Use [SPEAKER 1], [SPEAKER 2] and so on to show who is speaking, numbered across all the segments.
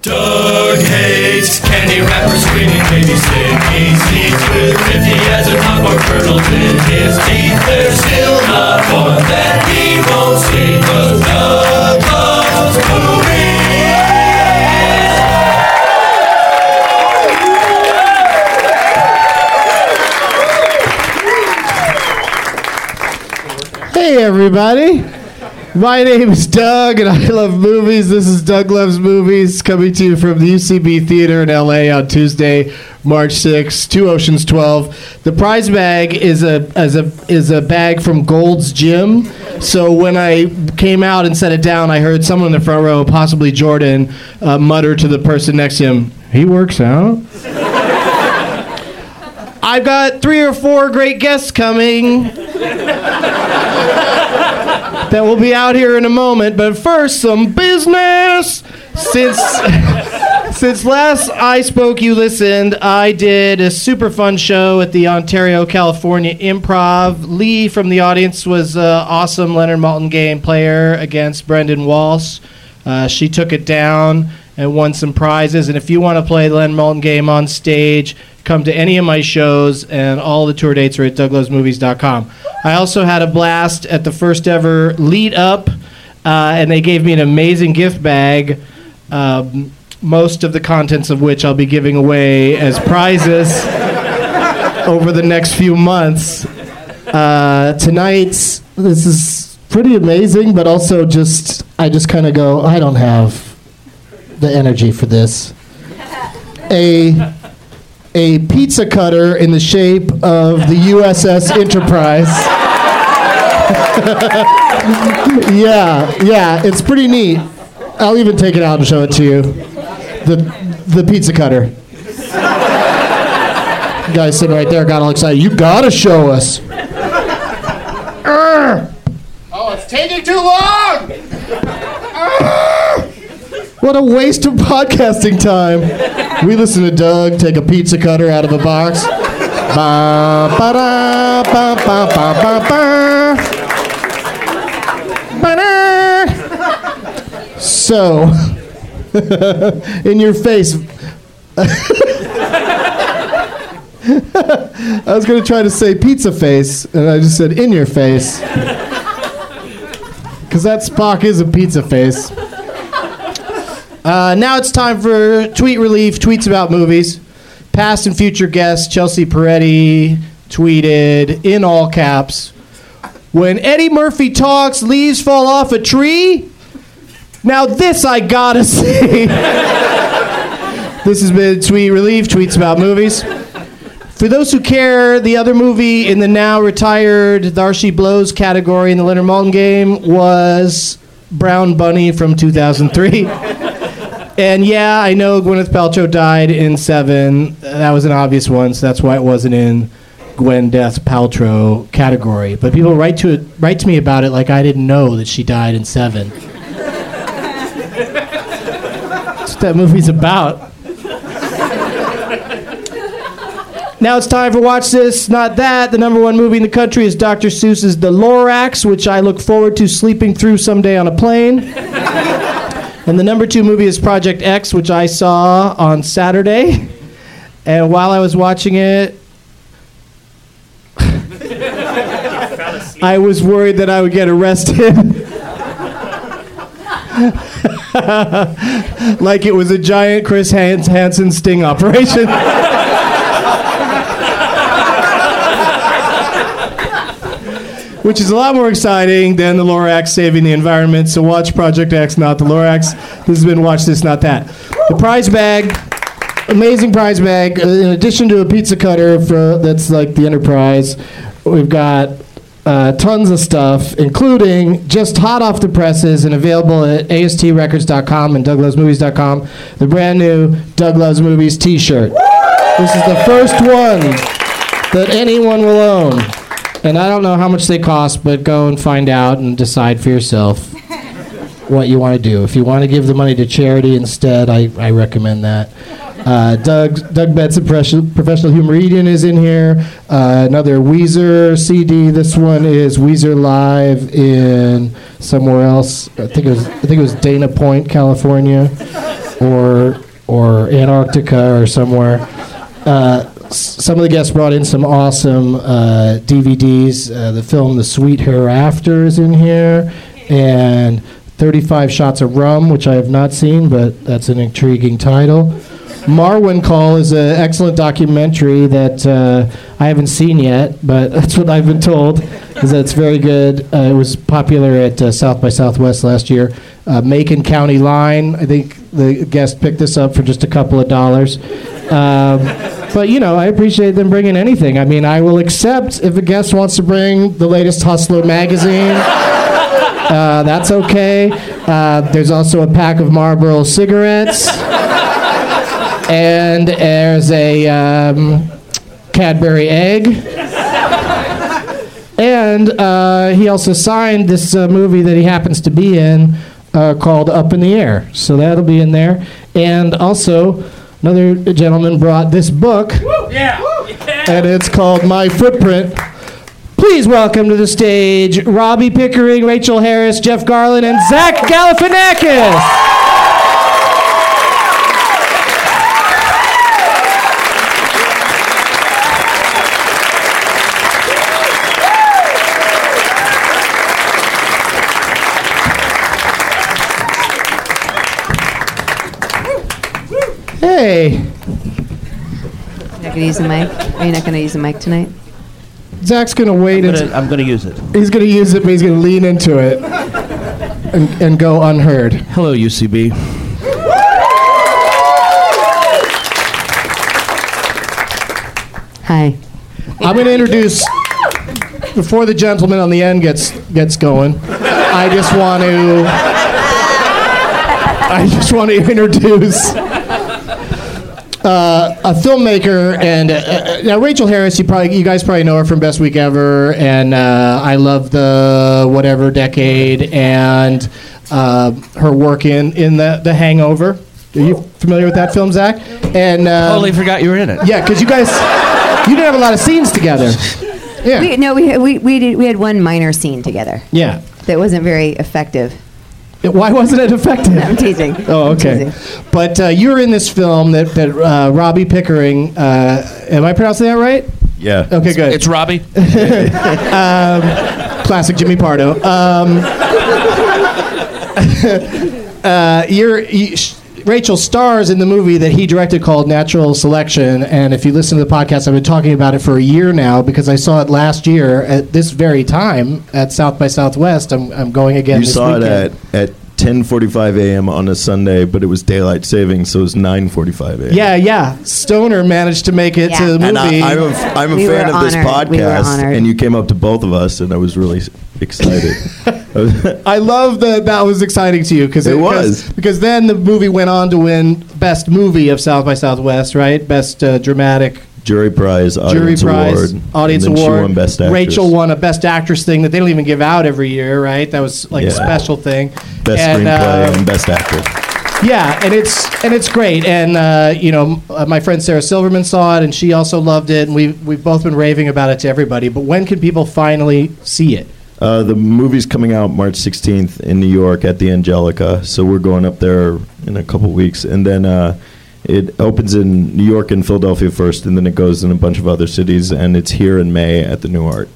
[SPEAKER 1] Doug hates candy wrappers, screaming baby stickies. He's with 50 as an awkward turtle in his teeth. There's still not one that he won't see. 'cause Doug loves movies.
[SPEAKER 2] Hey, everybody. My name is Doug, and I love movies. This is Doug Loves Movies coming to you from the UCB Theater in LA on Tuesday, March 6th, Two Oceans 12. The prize bag is a, is a, is a bag from Gold's Gym. So when I came out and set it down, I heard someone in the front row, possibly Jordan, uh, mutter to the person next to him, He works out? I've got three or four great guests coming that will be out here in a moment. But first, some business. Since since last I spoke, you listened. I did a super fun show at the Ontario, California Improv. Lee from the audience was uh, awesome. Leonard Malton game player against Brendan Walsh. Uh, she took it down and won some prizes. And if you want to play the Len Malton game on stage, come to any of my shows, and all the tour dates are at douglasmovies.com. I also had a blast at the first ever Lead Up, uh, and they gave me an amazing gift bag, um, most of the contents of which I'll be giving away as prizes over the next few months. Uh, tonight's, this is pretty amazing, but also just, I just kind of go, I don't have the energy for this. A a pizza cutter in the shape of the USS Enterprise. yeah, yeah, it's pretty neat. I'll even take it out and show it to you. The the pizza cutter. Guy sitting right there got all excited. You gotta show us. Oh, it's taking too long. What a waste of podcasting time. We listen to Doug take a pizza cutter out of a box. Ba, ba-da, ba, ba, ba, ba, ba. Ba-da. So, in your face. I was going to try to say pizza face, and I just said in your face. Because that Spock is a pizza face. Uh, now it's time for tweet relief, tweets about movies. Past and future guest Chelsea Peretti tweeted in all caps When Eddie Murphy talks, leaves fall off a tree. Now, this I gotta see. this has been Tweet Relief, tweets about movies. For those who care, the other movie in the now retired Darcy Blows category in the Leonard Maltin game was Brown Bunny from 2003. And yeah, I know Gwyneth Paltrow died in seven. That was an obvious one, so that's why it wasn't in Gwen Death Paltrow category. But people write to it, write to me about it like I didn't know that she died in seven. that's what that movie's about. Now it's time for Watch This, Not That. The number one movie in the country is Dr. Seuss's The Lorax, which I look forward to sleeping through someday on a plane. And the number two movie is Project X, which I saw on Saturday. And while I was watching it, I was worried that I would get arrested. like it was a giant Chris Hans- Hansen sting operation. which is a lot more exciting than the Lorax saving the environment. So watch Project X, not the Lorax. This has been Watch This, Not That. The prize bag, amazing prize bag. Uh, In addition to a pizza cutter for, that's like the Enterprise, we've got uh, tons of stuff, including just hot off the presses and available at astrecords.com and douglovesmovies.com, the brand new Doug Loves Movies t-shirt. This is the first one that anyone will own. And I don't know how much they cost, but go and find out and decide for yourself what you want to do. If you want to give the money to charity instead, I, I recommend that. Uh, Doug Doug Betts, a professional, professional humoridian, is in here. Uh, another Weezer CD. This one is Weezer live in somewhere else. I think it was I think it was Dana Point, California, or or Antarctica or somewhere some of the guests brought in some awesome uh, DVDs. Uh, the film The Sweet Hereafter is in here, and 35 Shots of Rum, which I have not seen, but that's an intriguing title. Marwin Call is an excellent documentary that uh, I haven't seen yet, but that's what I've been told. Is that it's very good. Uh, it was popular at uh, South by Southwest last year. Uh, Macon County Line. I think the guest picked this up for just a couple of dollars. Um, but you know, I appreciate them bringing anything. I mean, I will accept if a guest wants to bring the latest Hustler magazine. Uh, that's okay. Uh, there's also a pack of Marlboro cigarettes, and there's a um, Cadbury egg. And uh, he also signed this uh, movie that he happens to be in uh, called Up in the Air. So that'll be in there. And also, another gentleman brought this book, and it's called My Footprint. Please welcome to the stage Robbie Pickering, Rachel Harris, Jeff Garland, and Zach Galifianakis. Hey,
[SPEAKER 3] Not gonna use the mic. Are you not gonna use the mic tonight?
[SPEAKER 2] Zach's gonna wait.
[SPEAKER 4] I'm
[SPEAKER 2] and.
[SPEAKER 4] gonna, I'm gonna use it.
[SPEAKER 2] He's going to use it, but he's going to lean into it and, and go unheard.
[SPEAKER 4] Hello, UCB.
[SPEAKER 3] Hi.
[SPEAKER 2] I'm going to introduce, before the gentleman on the end gets, gets going, I just want to, I just want to introduce uh, a filmmaker and uh, uh, now Rachel Harris. You probably, you guys probably know her from Best Week Ever and uh, I love the whatever decade and uh, her work in in the the Hangover. Are you familiar with that film, Zach? And um,
[SPEAKER 5] Totally forgot you were in it.
[SPEAKER 2] yeah, because you guys you didn't have a lot of scenes together. Yeah,
[SPEAKER 3] We, no, we, we, we, did, we had one minor scene together
[SPEAKER 2] yeah.
[SPEAKER 3] that wasn't very effective.
[SPEAKER 2] Why wasn't it effective?
[SPEAKER 3] I'm teasing.
[SPEAKER 2] Oh,
[SPEAKER 3] I'm
[SPEAKER 2] okay.
[SPEAKER 3] teasing.
[SPEAKER 2] But uh, you're in this film that, that uh, Robbie Pickering. Uh, am I pronouncing that right?
[SPEAKER 6] Yeah.
[SPEAKER 2] Okay, good.
[SPEAKER 5] It's Robbie.
[SPEAKER 2] classic Jimmy Pardo. Um, uh, you're, you, sh- Rachel stars in the movie that he directed called Natural Selection, and if you listen to the podcast, I've been talking about it for a year now because I saw it last year at this very time at South by Southwest. I'm, I'm going again.
[SPEAKER 6] You
[SPEAKER 2] this
[SPEAKER 6] saw
[SPEAKER 2] weekend.
[SPEAKER 6] it at at 10:45 a.m. on a Sunday, but it was daylight savings, so it was 9:45 a.m.
[SPEAKER 2] Yeah, yeah. Stoner managed to make it to the
[SPEAKER 3] Yeah.
[SPEAKER 2] movie.
[SPEAKER 6] And I, I'm a, I'm a
[SPEAKER 3] We
[SPEAKER 6] fan
[SPEAKER 3] were
[SPEAKER 6] of this
[SPEAKER 3] honored. We were
[SPEAKER 6] podcast,
[SPEAKER 3] honored.
[SPEAKER 6] and you came up to both of us, and I was really s- excited. I was-
[SPEAKER 2] I love that that was exciting to you because
[SPEAKER 6] It was.
[SPEAKER 2] because then the movie went on to win best movie of South by Southwest, right? Best uh, dramatic
[SPEAKER 6] Jury prize,
[SPEAKER 2] jury
[SPEAKER 6] audience
[SPEAKER 2] prize,
[SPEAKER 6] award,
[SPEAKER 2] audience
[SPEAKER 6] and then
[SPEAKER 2] award.
[SPEAKER 6] She won best actress.
[SPEAKER 2] Rachel won a best actress thing that they don't even give out every year, right? That was like a
[SPEAKER 6] Yeah.
[SPEAKER 2] special thing.
[SPEAKER 6] best
[SPEAKER 2] And,
[SPEAKER 6] screenplay
[SPEAKER 2] uh,
[SPEAKER 6] and best actor.
[SPEAKER 2] yeah, and it's and it's great. And uh, you know, m- uh, my friend Sarah Silverman saw it, and she also loved it. And we have we've both been raving about it to everybody. But when can people finally see it?
[SPEAKER 6] Uh, the movie's coming out March 16th in New York at the Angelica, so we're going up there in a couple weeks, and then uh, it opens in New York and Philadelphia first, and then it goes in a bunch of other cities, and it's here in May at the New Art.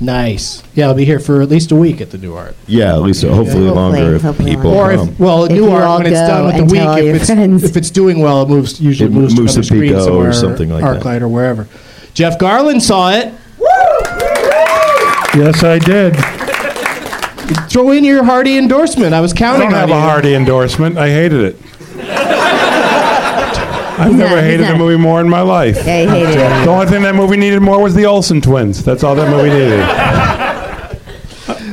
[SPEAKER 2] Nice. Yeah, I'll be here for at least a week at the New Art.
[SPEAKER 6] Yeah, at least hopefully
[SPEAKER 3] Hopefully,
[SPEAKER 6] longer if
[SPEAKER 3] hopefully
[SPEAKER 6] people
[SPEAKER 2] Or
[SPEAKER 3] longer.
[SPEAKER 6] come.
[SPEAKER 2] if well,
[SPEAKER 3] If
[SPEAKER 2] New
[SPEAKER 3] you
[SPEAKER 2] Art
[SPEAKER 3] all
[SPEAKER 2] when it's
[SPEAKER 3] go
[SPEAKER 2] done with the
[SPEAKER 3] and
[SPEAKER 2] week,
[SPEAKER 3] tell all
[SPEAKER 2] if
[SPEAKER 3] your
[SPEAKER 2] it's
[SPEAKER 3] friends.
[SPEAKER 2] if it's doing well, it moves usually
[SPEAKER 6] It
[SPEAKER 2] moves,
[SPEAKER 6] moves
[SPEAKER 2] to other
[SPEAKER 6] to
[SPEAKER 2] screens
[SPEAKER 6] Pico or
[SPEAKER 2] or
[SPEAKER 6] something like that.
[SPEAKER 2] ArcLight or wherever. Jeff Garland saw it.
[SPEAKER 1] Yes, I did.
[SPEAKER 2] Throw in your hearty endorsement. I was
[SPEAKER 1] I
[SPEAKER 2] counting
[SPEAKER 1] don't have
[SPEAKER 2] on
[SPEAKER 1] a
[SPEAKER 2] you.
[SPEAKER 1] hearty endorsement. I hated it. I've never
[SPEAKER 3] not- he's
[SPEAKER 1] hated a
[SPEAKER 3] not-
[SPEAKER 1] movie more in my life.
[SPEAKER 3] Yeah, I hated it.
[SPEAKER 1] The only thing that movie needed more was the Olsen twins. That's all that movie needed.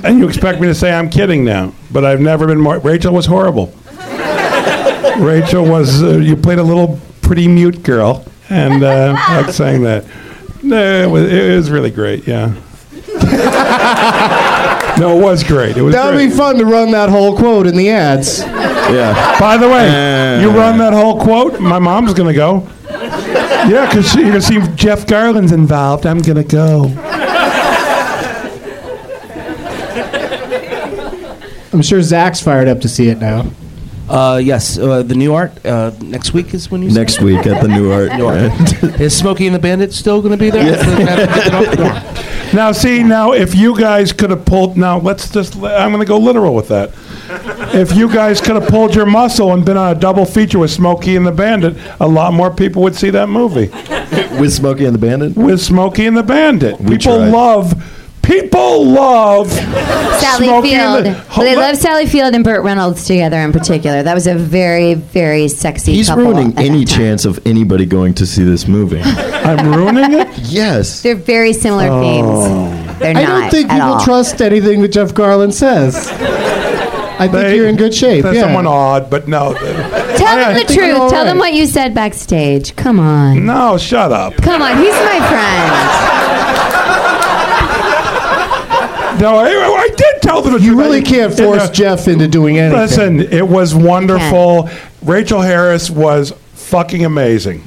[SPEAKER 1] and you expect me to say I'm kidding now, but I've never been more. Rachel was horrible. Rachel was. Uh, you played a little pretty mute girl, and uh, I like saying that. No, it was, it was really great. Yeah. no, it was great. It was.
[SPEAKER 2] That would
[SPEAKER 1] great.
[SPEAKER 2] be fun to run that whole quote in the ads.
[SPEAKER 6] yeah.
[SPEAKER 1] By the way,
[SPEAKER 6] Uh.
[SPEAKER 1] you run that whole quote. My mom's gonna go. Yeah, because you're gonna see Jeff Garland's involved. I'm gonna go.
[SPEAKER 2] I'm sure Zach's fired up to see it now.
[SPEAKER 5] Uh, yes, uh, the new art uh, next week is when you. say
[SPEAKER 6] Next week at the New Art.
[SPEAKER 5] it? Is Smokey and the Bandit still going to be there? Doesn't have to get it off? No.
[SPEAKER 1] Now, see, now if you guys could have pulled, now let's just, I'm going to go literal with that. If you guys could have pulled your muscle and been on a double feature with Smokey and the Bandit, a lot more people would see that movie.
[SPEAKER 6] With Smokey and the Bandit?
[SPEAKER 1] With Smokey and the Bandit,
[SPEAKER 6] We
[SPEAKER 1] people
[SPEAKER 6] tried.
[SPEAKER 1] love, people love
[SPEAKER 3] Sally
[SPEAKER 1] Smokey and
[SPEAKER 3] Field.
[SPEAKER 1] the.
[SPEAKER 3] Well, they love Sally Field and Burt Reynolds together in particular. That was a very, very sexy
[SPEAKER 6] He's
[SPEAKER 3] couple.
[SPEAKER 6] ruining
[SPEAKER 3] at that
[SPEAKER 6] any
[SPEAKER 3] time.
[SPEAKER 6] chance of anybody going to see this movie.
[SPEAKER 1] I'm ruining it.
[SPEAKER 6] yes.
[SPEAKER 3] They're very similar themes. They're
[SPEAKER 2] I
[SPEAKER 3] not
[SPEAKER 2] don't think
[SPEAKER 3] at
[SPEAKER 2] people
[SPEAKER 3] all.
[SPEAKER 2] trust anything that Jeff Garland says. I think
[SPEAKER 1] They-
[SPEAKER 2] you're in good shape.
[SPEAKER 1] That's
[SPEAKER 2] yeah.
[SPEAKER 1] someone odd, but no, they- I-
[SPEAKER 3] Tell
[SPEAKER 1] I
[SPEAKER 3] them the
[SPEAKER 1] think
[SPEAKER 3] truth.
[SPEAKER 2] they're all
[SPEAKER 3] Tell them
[SPEAKER 2] right.
[SPEAKER 3] what you said backstage. Come on.
[SPEAKER 1] no, shut up.
[SPEAKER 3] Come on. He's my friend.
[SPEAKER 1] No, I, I did tell them. the
[SPEAKER 2] You
[SPEAKER 1] truth.
[SPEAKER 2] really can't
[SPEAKER 1] In
[SPEAKER 2] force
[SPEAKER 1] the-
[SPEAKER 2] Jeff into doing anything.
[SPEAKER 1] Listen, it was wonderful. Rachel Harris was fucking amazing.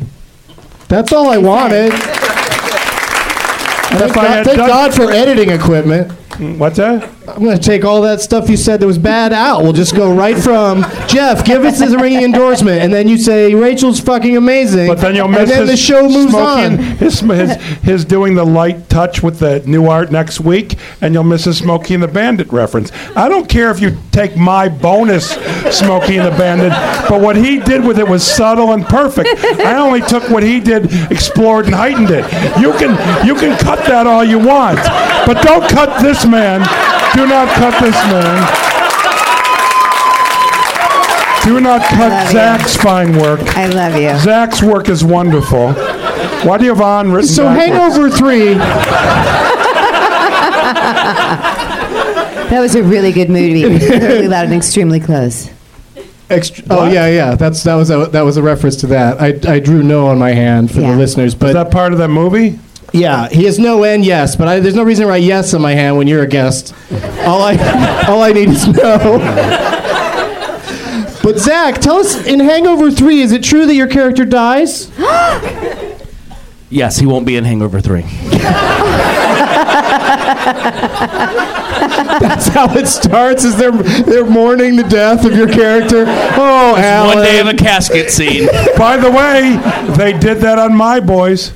[SPEAKER 2] That's all I wanted. Thank,
[SPEAKER 1] If I
[SPEAKER 2] God,
[SPEAKER 1] had
[SPEAKER 2] thank
[SPEAKER 1] done-
[SPEAKER 2] God for editing equipment.
[SPEAKER 1] What's that?
[SPEAKER 2] I'm going to take all that stuff you said that was bad out. We'll just go right from Jeff. Give us this ringing endorsement, and then you say Rachel's fucking amazing.
[SPEAKER 1] But then you'll miss
[SPEAKER 2] and then
[SPEAKER 1] his
[SPEAKER 2] the show moves
[SPEAKER 1] smoking-
[SPEAKER 2] on.
[SPEAKER 1] His, his, his doing the light touch with the new art next week, and you'll miss his Smokey and the Bandit reference. I don't care if you take my bonus Smokey and the Bandit, but what he did with it was subtle and perfect. I only took what he did, explored and heightened it. You can you can cut that all you want, but don't cut this man. Do not cut this man. Do not
[SPEAKER 3] Love
[SPEAKER 1] cut
[SPEAKER 3] you.
[SPEAKER 1] Zach's fine work.
[SPEAKER 3] I love you.
[SPEAKER 1] Zach's work is wonderful. Why do you have on written?
[SPEAKER 2] So
[SPEAKER 1] backwards?
[SPEAKER 2] Hangover 3,
[SPEAKER 3] That was a really good movie. really loud and extremely close.
[SPEAKER 2] Ext- oh
[SPEAKER 1] What?
[SPEAKER 2] yeah, yeah. That's that was a that was a reference to that. I, I drew no on my hand for
[SPEAKER 3] Yeah.
[SPEAKER 2] the listeners, but
[SPEAKER 1] Is that part of that movie?
[SPEAKER 2] yeah, he has no and yes. But I, there's no reason to write yes on my hand when you're a guest. All I all I need is no. But Zach, tell us in Hangover 3, is it true that your character dies?
[SPEAKER 7] Yes, he won't be in Hangover 3.
[SPEAKER 2] That's how it starts. Is they're they're mourning the death of your character? Oh, Alan.
[SPEAKER 7] One day of a casket scene.
[SPEAKER 6] By the way, they did that on My Boys.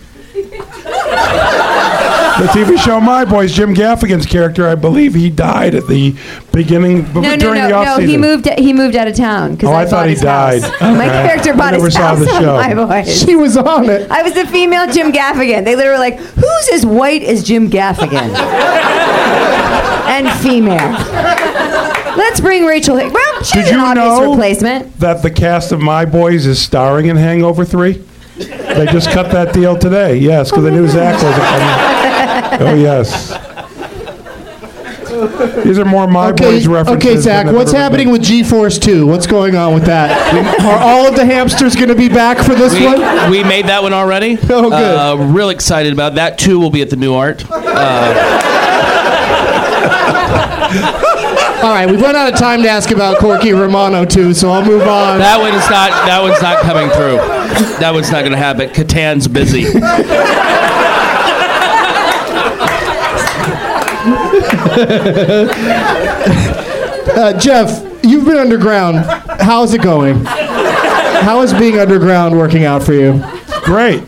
[SPEAKER 6] The TV show My Boys, Jim Gaffigan's character, I believe he died at the beginning b-
[SPEAKER 3] No, no,
[SPEAKER 6] during
[SPEAKER 3] no,
[SPEAKER 6] the off
[SPEAKER 3] no. He moved. He moved out of town. 'cause
[SPEAKER 6] Oh, I
[SPEAKER 3] bought
[SPEAKER 6] thought he
[SPEAKER 3] his house.
[SPEAKER 6] died.
[SPEAKER 3] My
[SPEAKER 6] Okay.
[SPEAKER 3] character
[SPEAKER 6] I
[SPEAKER 3] bought
[SPEAKER 6] never
[SPEAKER 3] his
[SPEAKER 6] saw
[SPEAKER 3] house
[SPEAKER 6] the
[SPEAKER 3] on
[SPEAKER 6] show.
[SPEAKER 3] my voice.
[SPEAKER 2] she was on it.
[SPEAKER 3] I was the female Jim Gaffigan. They literally were like, "Who's as white as Jim Gaffigan?" and female. Let's bring Rachel. Hick- Well, she's
[SPEAKER 6] Did
[SPEAKER 3] an
[SPEAKER 6] you
[SPEAKER 3] obvious
[SPEAKER 6] know-
[SPEAKER 3] replacement.
[SPEAKER 6] that the cast of My Boys is starring in Hangover 3. They just cut that deal today, yes, because they knew Zach wasn't coming. Oh, yes. These are more My Boys references.
[SPEAKER 2] okay,
[SPEAKER 6] than
[SPEAKER 2] Zach.
[SPEAKER 6] I've
[SPEAKER 2] What's
[SPEAKER 6] ever
[SPEAKER 2] happening
[SPEAKER 6] been.
[SPEAKER 2] with G-Force Two? What's going on with that? Are all of the hamsters going to be back for this
[SPEAKER 7] We,
[SPEAKER 2] one?
[SPEAKER 7] we made that one already.
[SPEAKER 2] Oh, good.
[SPEAKER 7] Uh, real excited about that. Two will be at the New Art.
[SPEAKER 2] All right, we've run out of time to ask about Corky Romano too, so I'll move on.
[SPEAKER 7] That one's not. That one's not coming through. That one's not going to happen. Catan's busy.
[SPEAKER 2] Uh, Jeff, you've been underground. How's it going? How is being underground working out for you?
[SPEAKER 6] Great.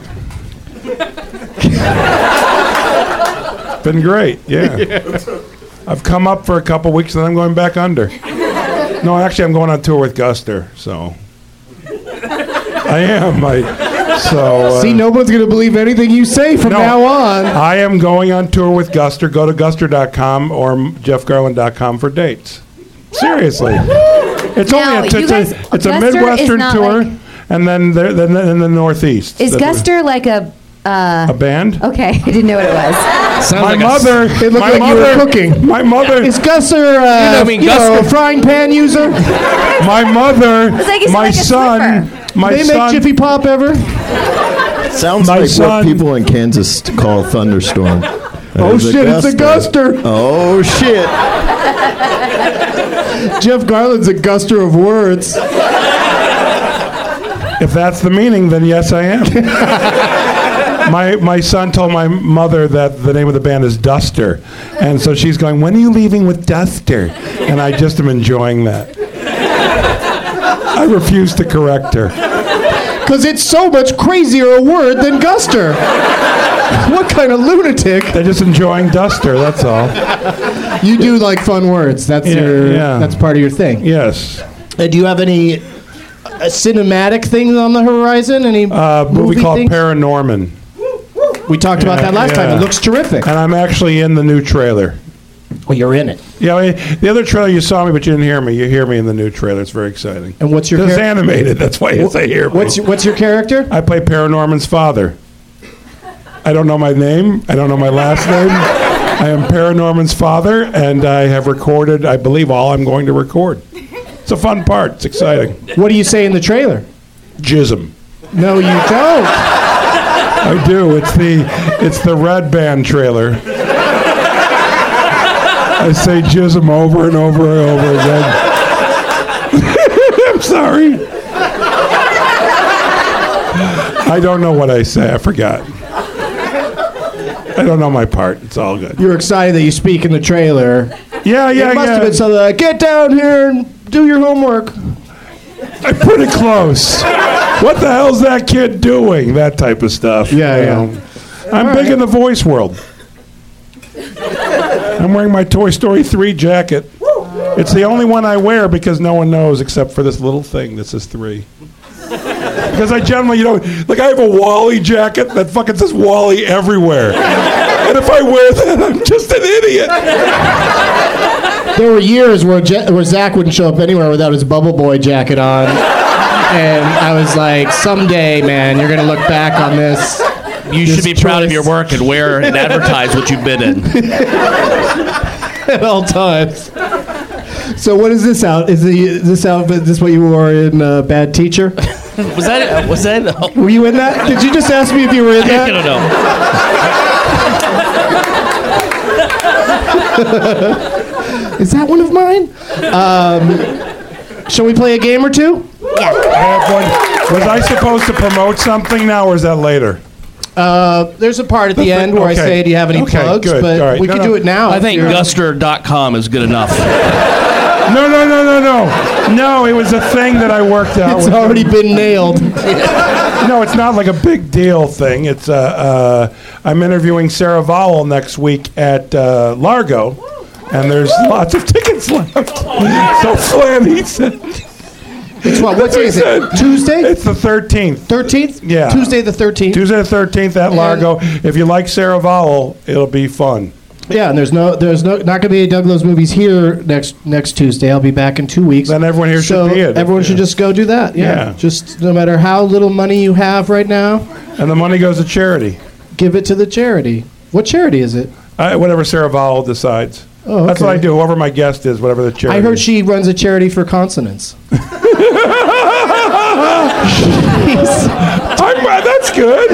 [SPEAKER 6] Been great, yeah. I've come up for a couple weeks and then I'm going back under. No, actually, I'm going on tour with Guster, so. I am. uh, I, so. uh,
[SPEAKER 2] See, no one's going to believe anything you say from
[SPEAKER 6] No.
[SPEAKER 2] now on.
[SPEAKER 6] I am going on tour with Guster. Go to guster.com or jeffgarland.com for dates. Seriously. It's
[SPEAKER 3] No,
[SPEAKER 6] only a,
[SPEAKER 3] you
[SPEAKER 6] it's,
[SPEAKER 3] guys-
[SPEAKER 6] a, it's
[SPEAKER 3] Guster
[SPEAKER 6] a
[SPEAKER 3] is
[SPEAKER 6] Midwestern
[SPEAKER 3] not
[SPEAKER 6] tour
[SPEAKER 3] like-
[SPEAKER 6] and then, there, then, then in the Northeast.
[SPEAKER 3] Is
[SPEAKER 6] That's
[SPEAKER 3] Guster like a?
[SPEAKER 6] A, a band?
[SPEAKER 3] Okay, I didn't know what it was.
[SPEAKER 7] Sounds
[SPEAKER 6] My
[SPEAKER 7] like a s-
[SPEAKER 6] mother.
[SPEAKER 2] It looked
[SPEAKER 6] my
[SPEAKER 2] like you were
[SPEAKER 6] mother,
[SPEAKER 2] cooking.
[SPEAKER 6] My mother.
[SPEAKER 2] Is Gusser, uh,
[SPEAKER 7] know me,
[SPEAKER 2] you know, a
[SPEAKER 7] Guster.
[SPEAKER 2] frying pan user?
[SPEAKER 6] my mother.
[SPEAKER 3] like it's
[SPEAKER 6] my
[SPEAKER 3] like a
[SPEAKER 6] son. My
[SPEAKER 2] they
[SPEAKER 6] son.
[SPEAKER 2] make Jiffy Pop ever?
[SPEAKER 4] Sounds
[SPEAKER 6] My
[SPEAKER 4] like
[SPEAKER 6] son-
[SPEAKER 4] what people in Kansas call thunderstorm.
[SPEAKER 2] Oh, shit, it's a Guster.
[SPEAKER 4] Oh shit!
[SPEAKER 2] Jeff Garland's a Guster of words.
[SPEAKER 6] If that's the meaning, then yes, I am. my my son told my mother that the name of the band is Duster, and so she's going, "When are you leaving with Duster?" And I just am enjoying that. I refuse to correct her.
[SPEAKER 2] Because it's so much crazier a word than Guster. what kind of lunatic?
[SPEAKER 6] They're just enjoying Duster. That's all.
[SPEAKER 2] You do like fun words. That's
[SPEAKER 6] Yeah,
[SPEAKER 2] your.
[SPEAKER 6] yeah.
[SPEAKER 2] That's part of your thing.
[SPEAKER 6] Yes.
[SPEAKER 2] Uh, do you have any uh, cinematic things on the horizon? Any
[SPEAKER 6] Uh, movie,
[SPEAKER 2] movie
[SPEAKER 6] called
[SPEAKER 2] things?
[SPEAKER 6] Paranorman,
[SPEAKER 2] We talked about
[SPEAKER 6] Yeah,
[SPEAKER 2] that last time.
[SPEAKER 6] yeah.
[SPEAKER 2] It looks terrific.
[SPEAKER 6] and I'm actually in the new trailer.
[SPEAKER 2] Well, you're in it.
[SPEAKER 6] Yeah, I mean, the other trailer you saw me, but you didn't hear me. You hear me in the new trailer. It's very exciting.
[SPEAKER 2] And what's your
[SPEAKER 6] It's
[SPEAKER 2] char-
[SPEAKER 6] animated. That's why you say hear me.
[SPEAKER 2] What's your, what's your character?
[SPEAKER 6] I play Paranorman's father. I don't know my name. I don't know my last name. I am Paranorman's father, and I have recorded, I believe, all I'm going to record. It's a fun part. It's exciting.
[SPEAKER 2] What do you say in the trailer?
[SPEAKER 6] Jism.
[SPEAKER 2] No, you don't.
[SPEAKER 6] I do. It's the it's the red band trailer. I say jism over and over and over again. I'm sorry. I don't know what I say. I forgot. I don't know my part. It's all good.
[SPEAKER 2] You're excited that you speak in the trailer.
[SPEAKER 6] Yeah, yeah,
[SPEAKER 2] it must
[SPEAKER 6] yeah.
[SPEAKER 2] have been something like, get down here and do your homework.
[SPEAKER 6] I put it close. What the hell's that kid doing? That type of stuff.
[SPEAKER 2] Yeah,
[SPEAKER 6] you
[SPEAKER 2] yeah.
[SPEAKER 6] know. I'm big in the voice world. I'm wearing my Toy Story 3 jacket. It's the only one I wear because no one knows except for this little thing that says 3. Because I generally, you know, like I have a Wally jacket that fucking says Wally everywhere. And if I wear that, I'm just an idiot.
[SPEAKER 2] There were years where, Je- where Zach wouldn't show up anywhere without his Bubble Boy jacket on. and I was like, someday, man, you're going to look back on this.
[SPEAKER 7] You
[SPEAKER 2] This
[SPEAKER 7] should be proud of
[SPEAKER 2] choice.
[SPEAKER 7] your work and wear and advertise what you've been in.
[SPEAKER 2] at all times. So what is this out? Is, the, is this outfit? Is this what you wore in uh, Bad Teacher?
[SPEAKER 7] Was that? Was that? Oh,
[SPEAKER 2] Were you in that? Did you just ask me if you were in
[SPEAKER 7] I
[SPEAKER 2] that?
[SPEAKER 7] don't know.
[SPEAKER 2] Is that one of mine? Um, Shall we play a game or two?
[SPEAKER 6] I have one. Was I supposed to promote something now, or is that later?
[SPEAKER 2] Uh, there's a part at the end where I
[SPEAKER 6] okay.
[SPEAKER 2] say, "Do you have any
[SPEAKER 6] Okay,
[SPEAKER 2] plugs?"
[SPEAKER 6] good.
[SPEAKER 2] But
[SPEAKER 6] All right.
[SPEAKER 2] we
[SPEAKER 6] No,
[SPEAKER 2] can
[SPEAKER 6] no.
[SPEAKER 2] do it now.
[SPEAKER 7] I
[SPEAKER 2] if
[SPEAKER 7] think
[SPEAKER 2] you're-
[SPEAKER 7] guster.com is good enough.
[SPEAKER 6] No, no, no, no, no. No, it was a thing that I worked out.
[SPEAKER 2] it's
[SPEAKER 6] with-
[SPEAKER 2] already been nailed.
[SPEAKER 6] No, it's not like a big deal thing. It's uh, uh, I'm interviewing Sarah Vowell next week at uh, Largo, and there's lots of tickets left. so Flan, he said,
[SPEAKER 2] It's what? What day is it? Tuesday,
[SPEAKER 6] it's the 13th.
[SPEAKER 2] thirteenth.
[SPEAKER 6] Yeah.
[SPEAKER 2] Tuesday the thirteenth.
[SPEAKER 6] Tuesday the 13th at Largo. If you like Sarah Vowell, it'll be fun.
[SPEAKER 2] Yeah, and there's no, there's no, not going to be any Douglas movies here next next Tuesday. I'll be back in two weeks.
[SPEAKER 6] Then everyone here should
[SPEAKER 2] so
[SPEAKER 6] be at it,
[SPEAKER 2] Everyone should
[SPEAKER 6] yeah.
[SPEAKER 2] just go do that. Yeah.
[SPEAKER 6] Yeah.
[SPEAKER 2] Just no matter how little money you have right now,
[SPEAKER 6] And the money goes to charity.
[SPEAKER 2] give it to the charity. What charity is it?
[SPEAKER 6] I, whatever Sarah Vowell decides.
[SPEAKER 2] Oh,
[SPEAKER 6] That's what I
[SPEAKER 2] okay.
[SPEAKER 6] do. Whoever my guest is, whatever the charity.
[SPEAKER 2] I heard she runs a charity for consonants.
[SPEAKER 6] I'm, uh, that's good.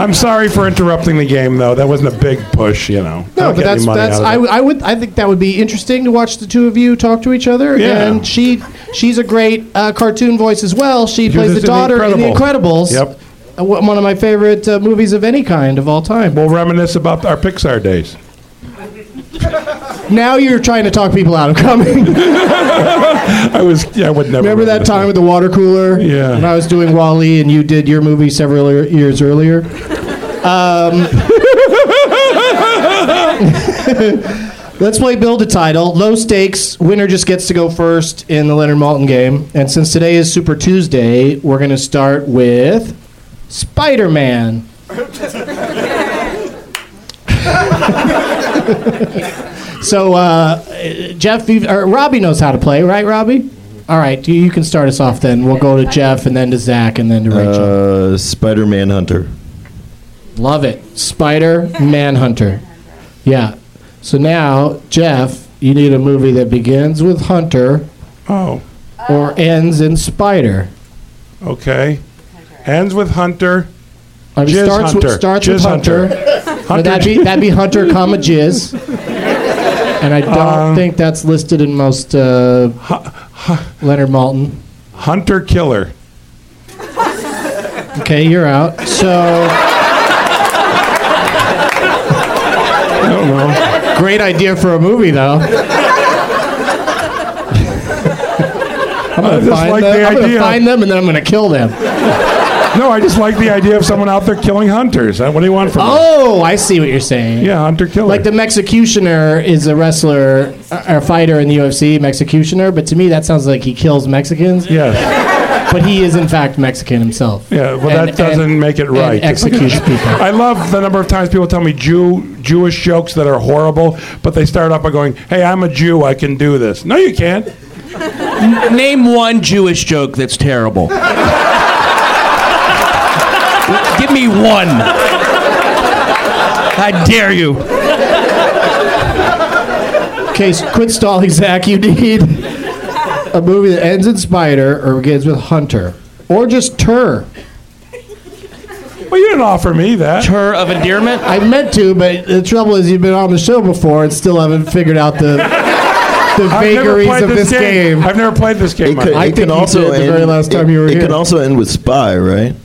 [SPEAKER 6] I'm sorry for interrupting the game, though. That wasn't a big push, you know.
[SPEAKER 2] No,
[SPEAKER 6] I don't
[SPEAKER 2] but
[SPEAKER 6] get any
[SPEAKER 2] that's
[SPEAKER 6] money
[SPEAKER 2] that's
[SPEAKER 6] out of
[SPEAKER 2] I,
[SPEAKER 6] it.
[SPEAKER 2] w- I would I think that would be interesting to watch the two of you talk to each other.
[SPEAKER 6] Yeah.
[SPEAKER 2] And she she's a great uh, cartoon voice as well. She
[SPEAKER 6] was
[SPEAKER 2] plays the
[SPEAKER 6] just in The
[SPEAKER 2] daughter in The Incredibles.
[SPEAKER 6] Incredibles. Yep.
[SPEAKER 2] Uh, one of my favorite uh, movies of any kind of all time.
[SPEAKER 6] We'll reminisce about our Pixar days.
[SPEAKER 2] Now you're trying to talk people out of coming.
[SPEAKER 6] I was, yeah, I would never.
[SPEAKER 2] Remember that
[SPEAKER 6] reminisce.
[SPEAKER 2] time with the water cooler?
[SPEAKER 6] Yeah.
[SPEAKER 2] When I was doing Wally and you did your movie several ear- years earlier? Um, let's play Build a Title. Low stakes. Winner just gets to go first in the Leonard Malton game. And since today is Super Tuesday, we're going to start with Spider Man. So, uh, Jeff, you've, or Robbie knows how to play, right, Robbie? All right, you, you can start us off then. We'll go to Jeff and then to Zach and then to Rachel.
[SPEAKER 4] Uh, Spider Man Hunter.
[SPEAKER 2] Love it. Spider Manhunter. Yeah. So now, Jeff, you need a movie that begins with Hunter
[SPEAKER 6] Oh,
[SPEAKER 2] or ends in Spider.
[SPEAKER 6] okay. Ends with Hunter.
[SPEAKER 2] I mean,
[SPEAKER 6] Jizz
[SPEAKER 2] starts with,
[SPEAKER 6] Hunter.
[SPEAKER 2] starts with
[SPEAKER 6] Jizz
[SPEAKER 2] Hunter.
[SPEAKER 6] Hunter.
[SPEAKER 2] But that'd, be, that'd be Hunter, comma, Jizz. And I don't
[SPEAKER 6] Um,
[SPEAKER 2] think that's listed in most uh, Leonard Malton.
[SPEAKER 6] Hunter Killer.
[SPEAKER 2] Okay, you're out. So.
[SPEAKER 6] I don't know.
[SPEAKER 2] Great idea for a movie, though. I'm
[SPEAKER 6] I
[SPEAKER 2] gonna,
[SPEAKER 6] just
[SPEAKER 2] find,
[SPEAKER 6] like
[SPEAKER 2] them.
[SPEAKER 6] the
[SPEAKER 2] I'm gonna
[SPEAKER 6] idea.
[SPEAKER 2] find them and then I'm gonna kill them.
[SPEAKER 6] No, I just like the idea of someone out there killing hunters. Uh, What do you want from me?
[SPEAKER 2] Oh, I see what you're saying.
[SPEAKER 6] Yeah, Hunter Killer.
[SPEAKER 2] Like the Mexicutioner is a wrestler uh, or fighter in the UFC, Mexicutioner, but to me that sounds like he kills Mexicans,
[SPEAKER 6] Yes.
[SPEAKER 2] but he is in fact Mexican himself.
[SPEAKER 6] Yeah, well,
[SPEAKER 2] And-
[SPEAKER 6] that doesn't
[SPEAKER 2] and-
[SPEAKER 6] make it
[SPEAKER 2] and
[SPEAKER 6] right.
[SPEAKER 2] executes people.
[SPEAKER 6] I love the number of times people tell me Jew Jewish jokes that are horrible, but they start off by going, "Hey, I'm a Jew. I can do this." No, you can't.
[SPEAKER 7] Name one Jewish joke that's terrible. Give me one. I dare you.
[SPEAKER 2] Okay, so quit stalling, Zach. You need a movie that ends in Spider or begins with Hunter, or just Tur.
[SPEAKER 6] Well, you didn't offer me that.
[SPEAKER 7] Her of endearment.
[SPEAKER 2] I meant to, but the trouble is you've been on the show before and still haven't figured out the the vagaries of this game.
[SPEAKER 6] I've never played this game.
[SPEAKER 4] could-
[SPEAKER 6] Mike.
[SPEAKER 2] I think you did the very last time
[SPEAKER 4] it-
[SPEAKER 2] you were
[SPEAKER 4] it
[SPEAKER 2] here.
[SPEAKER 4] can also end with spy, right?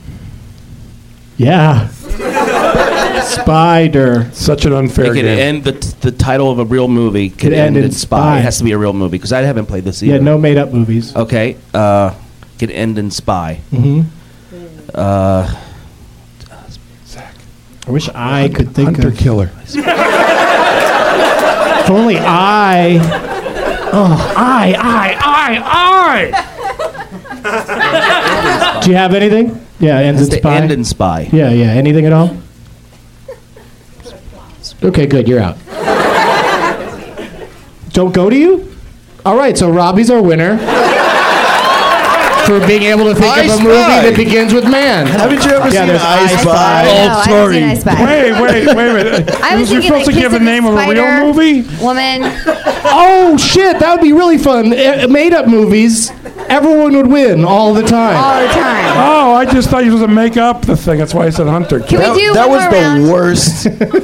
[SPEAKER 2] Yeah. Spider.
[SPEAKER 6] Such an unfair
[SPEAKER 7] It could
[SPEAKER 6] game.
[SPEAKER 7] end the, the title of a real movie could,
[SPEAKER 2] Could
[SPEAKER 7] end, in spy.
[SPEAKER 2] Spy.
[SPEAKER 7] It has to be a real movie because I haven't played this either.
[SPEAKER 2] Yeah, no made up movies.
[SPEAKER 7] Okay. Uh, could end in spy.
[SPEAKER 2] I wish I could think
[SPEAKER 6] Hunter
[SPEAKER 2] of.
[SPEAKER 6] Killer.
[SPEAKER 2] If only I. Oh, I, I, I, I. Do you have anything? Yeah, ends
[SPEAKER 7] Has
[SPEAKER 2] in
[SPEAKER 7] to
[SPEAKER 2] spy.
[SPEAKER 7] end in spy.
[SPEAKER 2] yeah, yeah. Anything at all? Okay, good. You're out. Don't go to you. All right. So Robbie's our winner for being able to think
[SPEAKER 4] I
[SPEAKER 2] of a
[SPEAKER 4] Spy.
[SPEAKER 2] movie that begins with man.
[SPEAKER 4] Haven't you ever
[SPEAKER 2] Yeah,
[SPEAKER 4] seen
[SPEAKER 2] there's I
[SPEAKER 4] I
[SPEAKER 2] Spy.
[SPEAKER 4] Spy?
[SPEAKER 3] No, I haven't seen I Spy.
[SPEAKER 6] Wait, wait, wait a minute.
[SPEAKER 3] I was
[SPEAKER 6] You're
[SPEAKER 3] thinking
[SPEAKER 6] supposed
[SPEAKER 3] like
[SPEAKER 6] to give
[SPEAKER 3] Kiss
[SPEAKER 6] a name of a
[SPEAKER 3] Spider
[SPEAKER 6] real movie.
[SPEAKER 3] Woman.
[SPEAKER 2] Oh shit, that would be really fun. Made up Eh, movies everyone would win all the time.
[SPEAKER 3] all the time.
[SPEAKER 6] Oh, I just thought you was to make up the thing. That's why I said Hunter.
[SPEAKER 3] Can
[SPEAKER 4] That,
[SPEAKER 3] we do
[SPEAKER 4] that
[SPEAKER 3] one
[SPEAKER 4] was
[SPEAKER 3] more
[SPEAKER 4] the
[SPEAKER 3] round?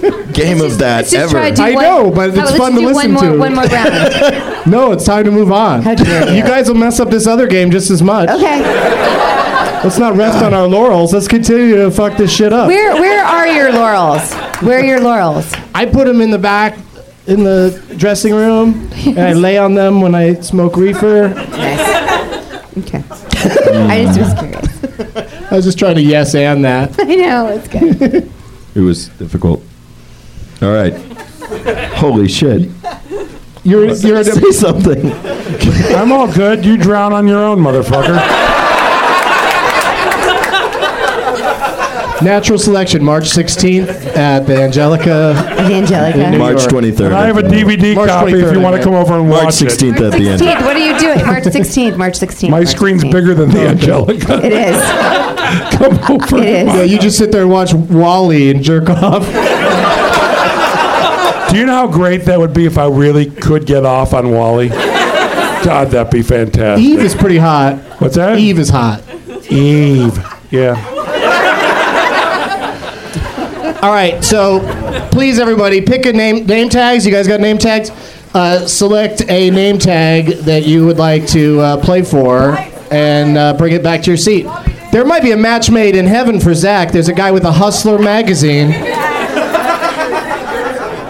[SPEAKER 4] worst game of that
[SPEAKER 3] Let's just
[SPEAKER 4] ever.
[SPEAKER 3] try to do
[SPEAKER 2] I
[SPEAKER 3] one-
[SPEAKER 2] know, but
[SPEAKER 3] How
[SPEAKER 2] it's
[SPEAKER 3] about let's
[SPEAKER 2] fun to
[SPEAKER 3] do
[SPEAKER 2] listen
[SPEAKER 3] one more,
[SPEAKER 2] to.
[SPEAKER 3] One more round.
[SPEAKER 2] No, it's time to move on.
[SPEAKER 3] How dare
[SPEAKER 2] You guys will mess up this other game just as much.
[SPEAKER 3] Okay.
[SPEAKER 2] Let's not rest on our laurels. Let's continue to fuck this shit up.
[SPEAKER 3] Where where are your laurels? Where are your laurels?
[SPEAKER 2] I put them in the back in the dressing room, and I lay on them when I smoke reefer.
[SPEAKER 3] Nice. Okay.
[SPEAKER 4] Hmm.
[SPEAKER 3] I just was curious.
[SPEAKER 2] I was just trying to yes and that.
[SPEAKER 3] I know it's good.
[SPEAKER 4] It was difficult. All right. Holy shit.
[SPEAKER 2] You're you're an,
[SPEAKER 4] Say something.
[SPEAKER 6] I'm all good. You drown on your own, motherfucker.
[SPEAKER 2] Natural Selection, March 16th at the Angelica.
[SPEAKER 3] With Angelica.
[SPEAKER 4] March
[SPEAKER 2] York.
[SPEAKER 4] 23rd.
[SPEAKER 6] I have a DVD
[SPEAKER 2] March
[SPEAKER 6] copy if
[SPEAKER 2] 23rd,
[SPEAKER 6] you want
[SPEAKER 2] I
[SPEAKER 6] to come over and
[SPEAKER 4] March
[SPEAKER 6] watch it.
[SPEAKER 4] 16th at the end.
[SPEAKER 3] 16th. What are you doing? March 16th. March 16th.
[SPEAKER 6] My
[SPEAKER 3] March
[SPEAKER 6] screen's
[SPEAKER 3] 16th.
[SPEAKER 6] bigger than the Angelica.
[SPEAKER 3] It is.
[SPEAKER 6] Come over.
[SPEAKER 3] It
[SPEAKER 2] Yeah,
[SPEAKER 3] is.
[SPEAKER 2] you just sit there and watch Wally and jerk off.
[SPEAKER 6] Do you know how great that would be if I really could get off on Wally? God, that'd be fantastic.
[SPEAKER 2] Eve is pretty hot.
[SPEAKER 6] What's that?
[SPEAKER 2] Eve is hot.
[SPEAKER 6] Eve. Yeah.
[SPEAKER 2] All right, so please, everybody, pick a name. Name tags. You guys got name tags. Uh, select a name tag that you would like to uh, play for, and uh, bring it back to your seat. There might be a match made in heaven for Zach. There's a guy with a Hustler magazine.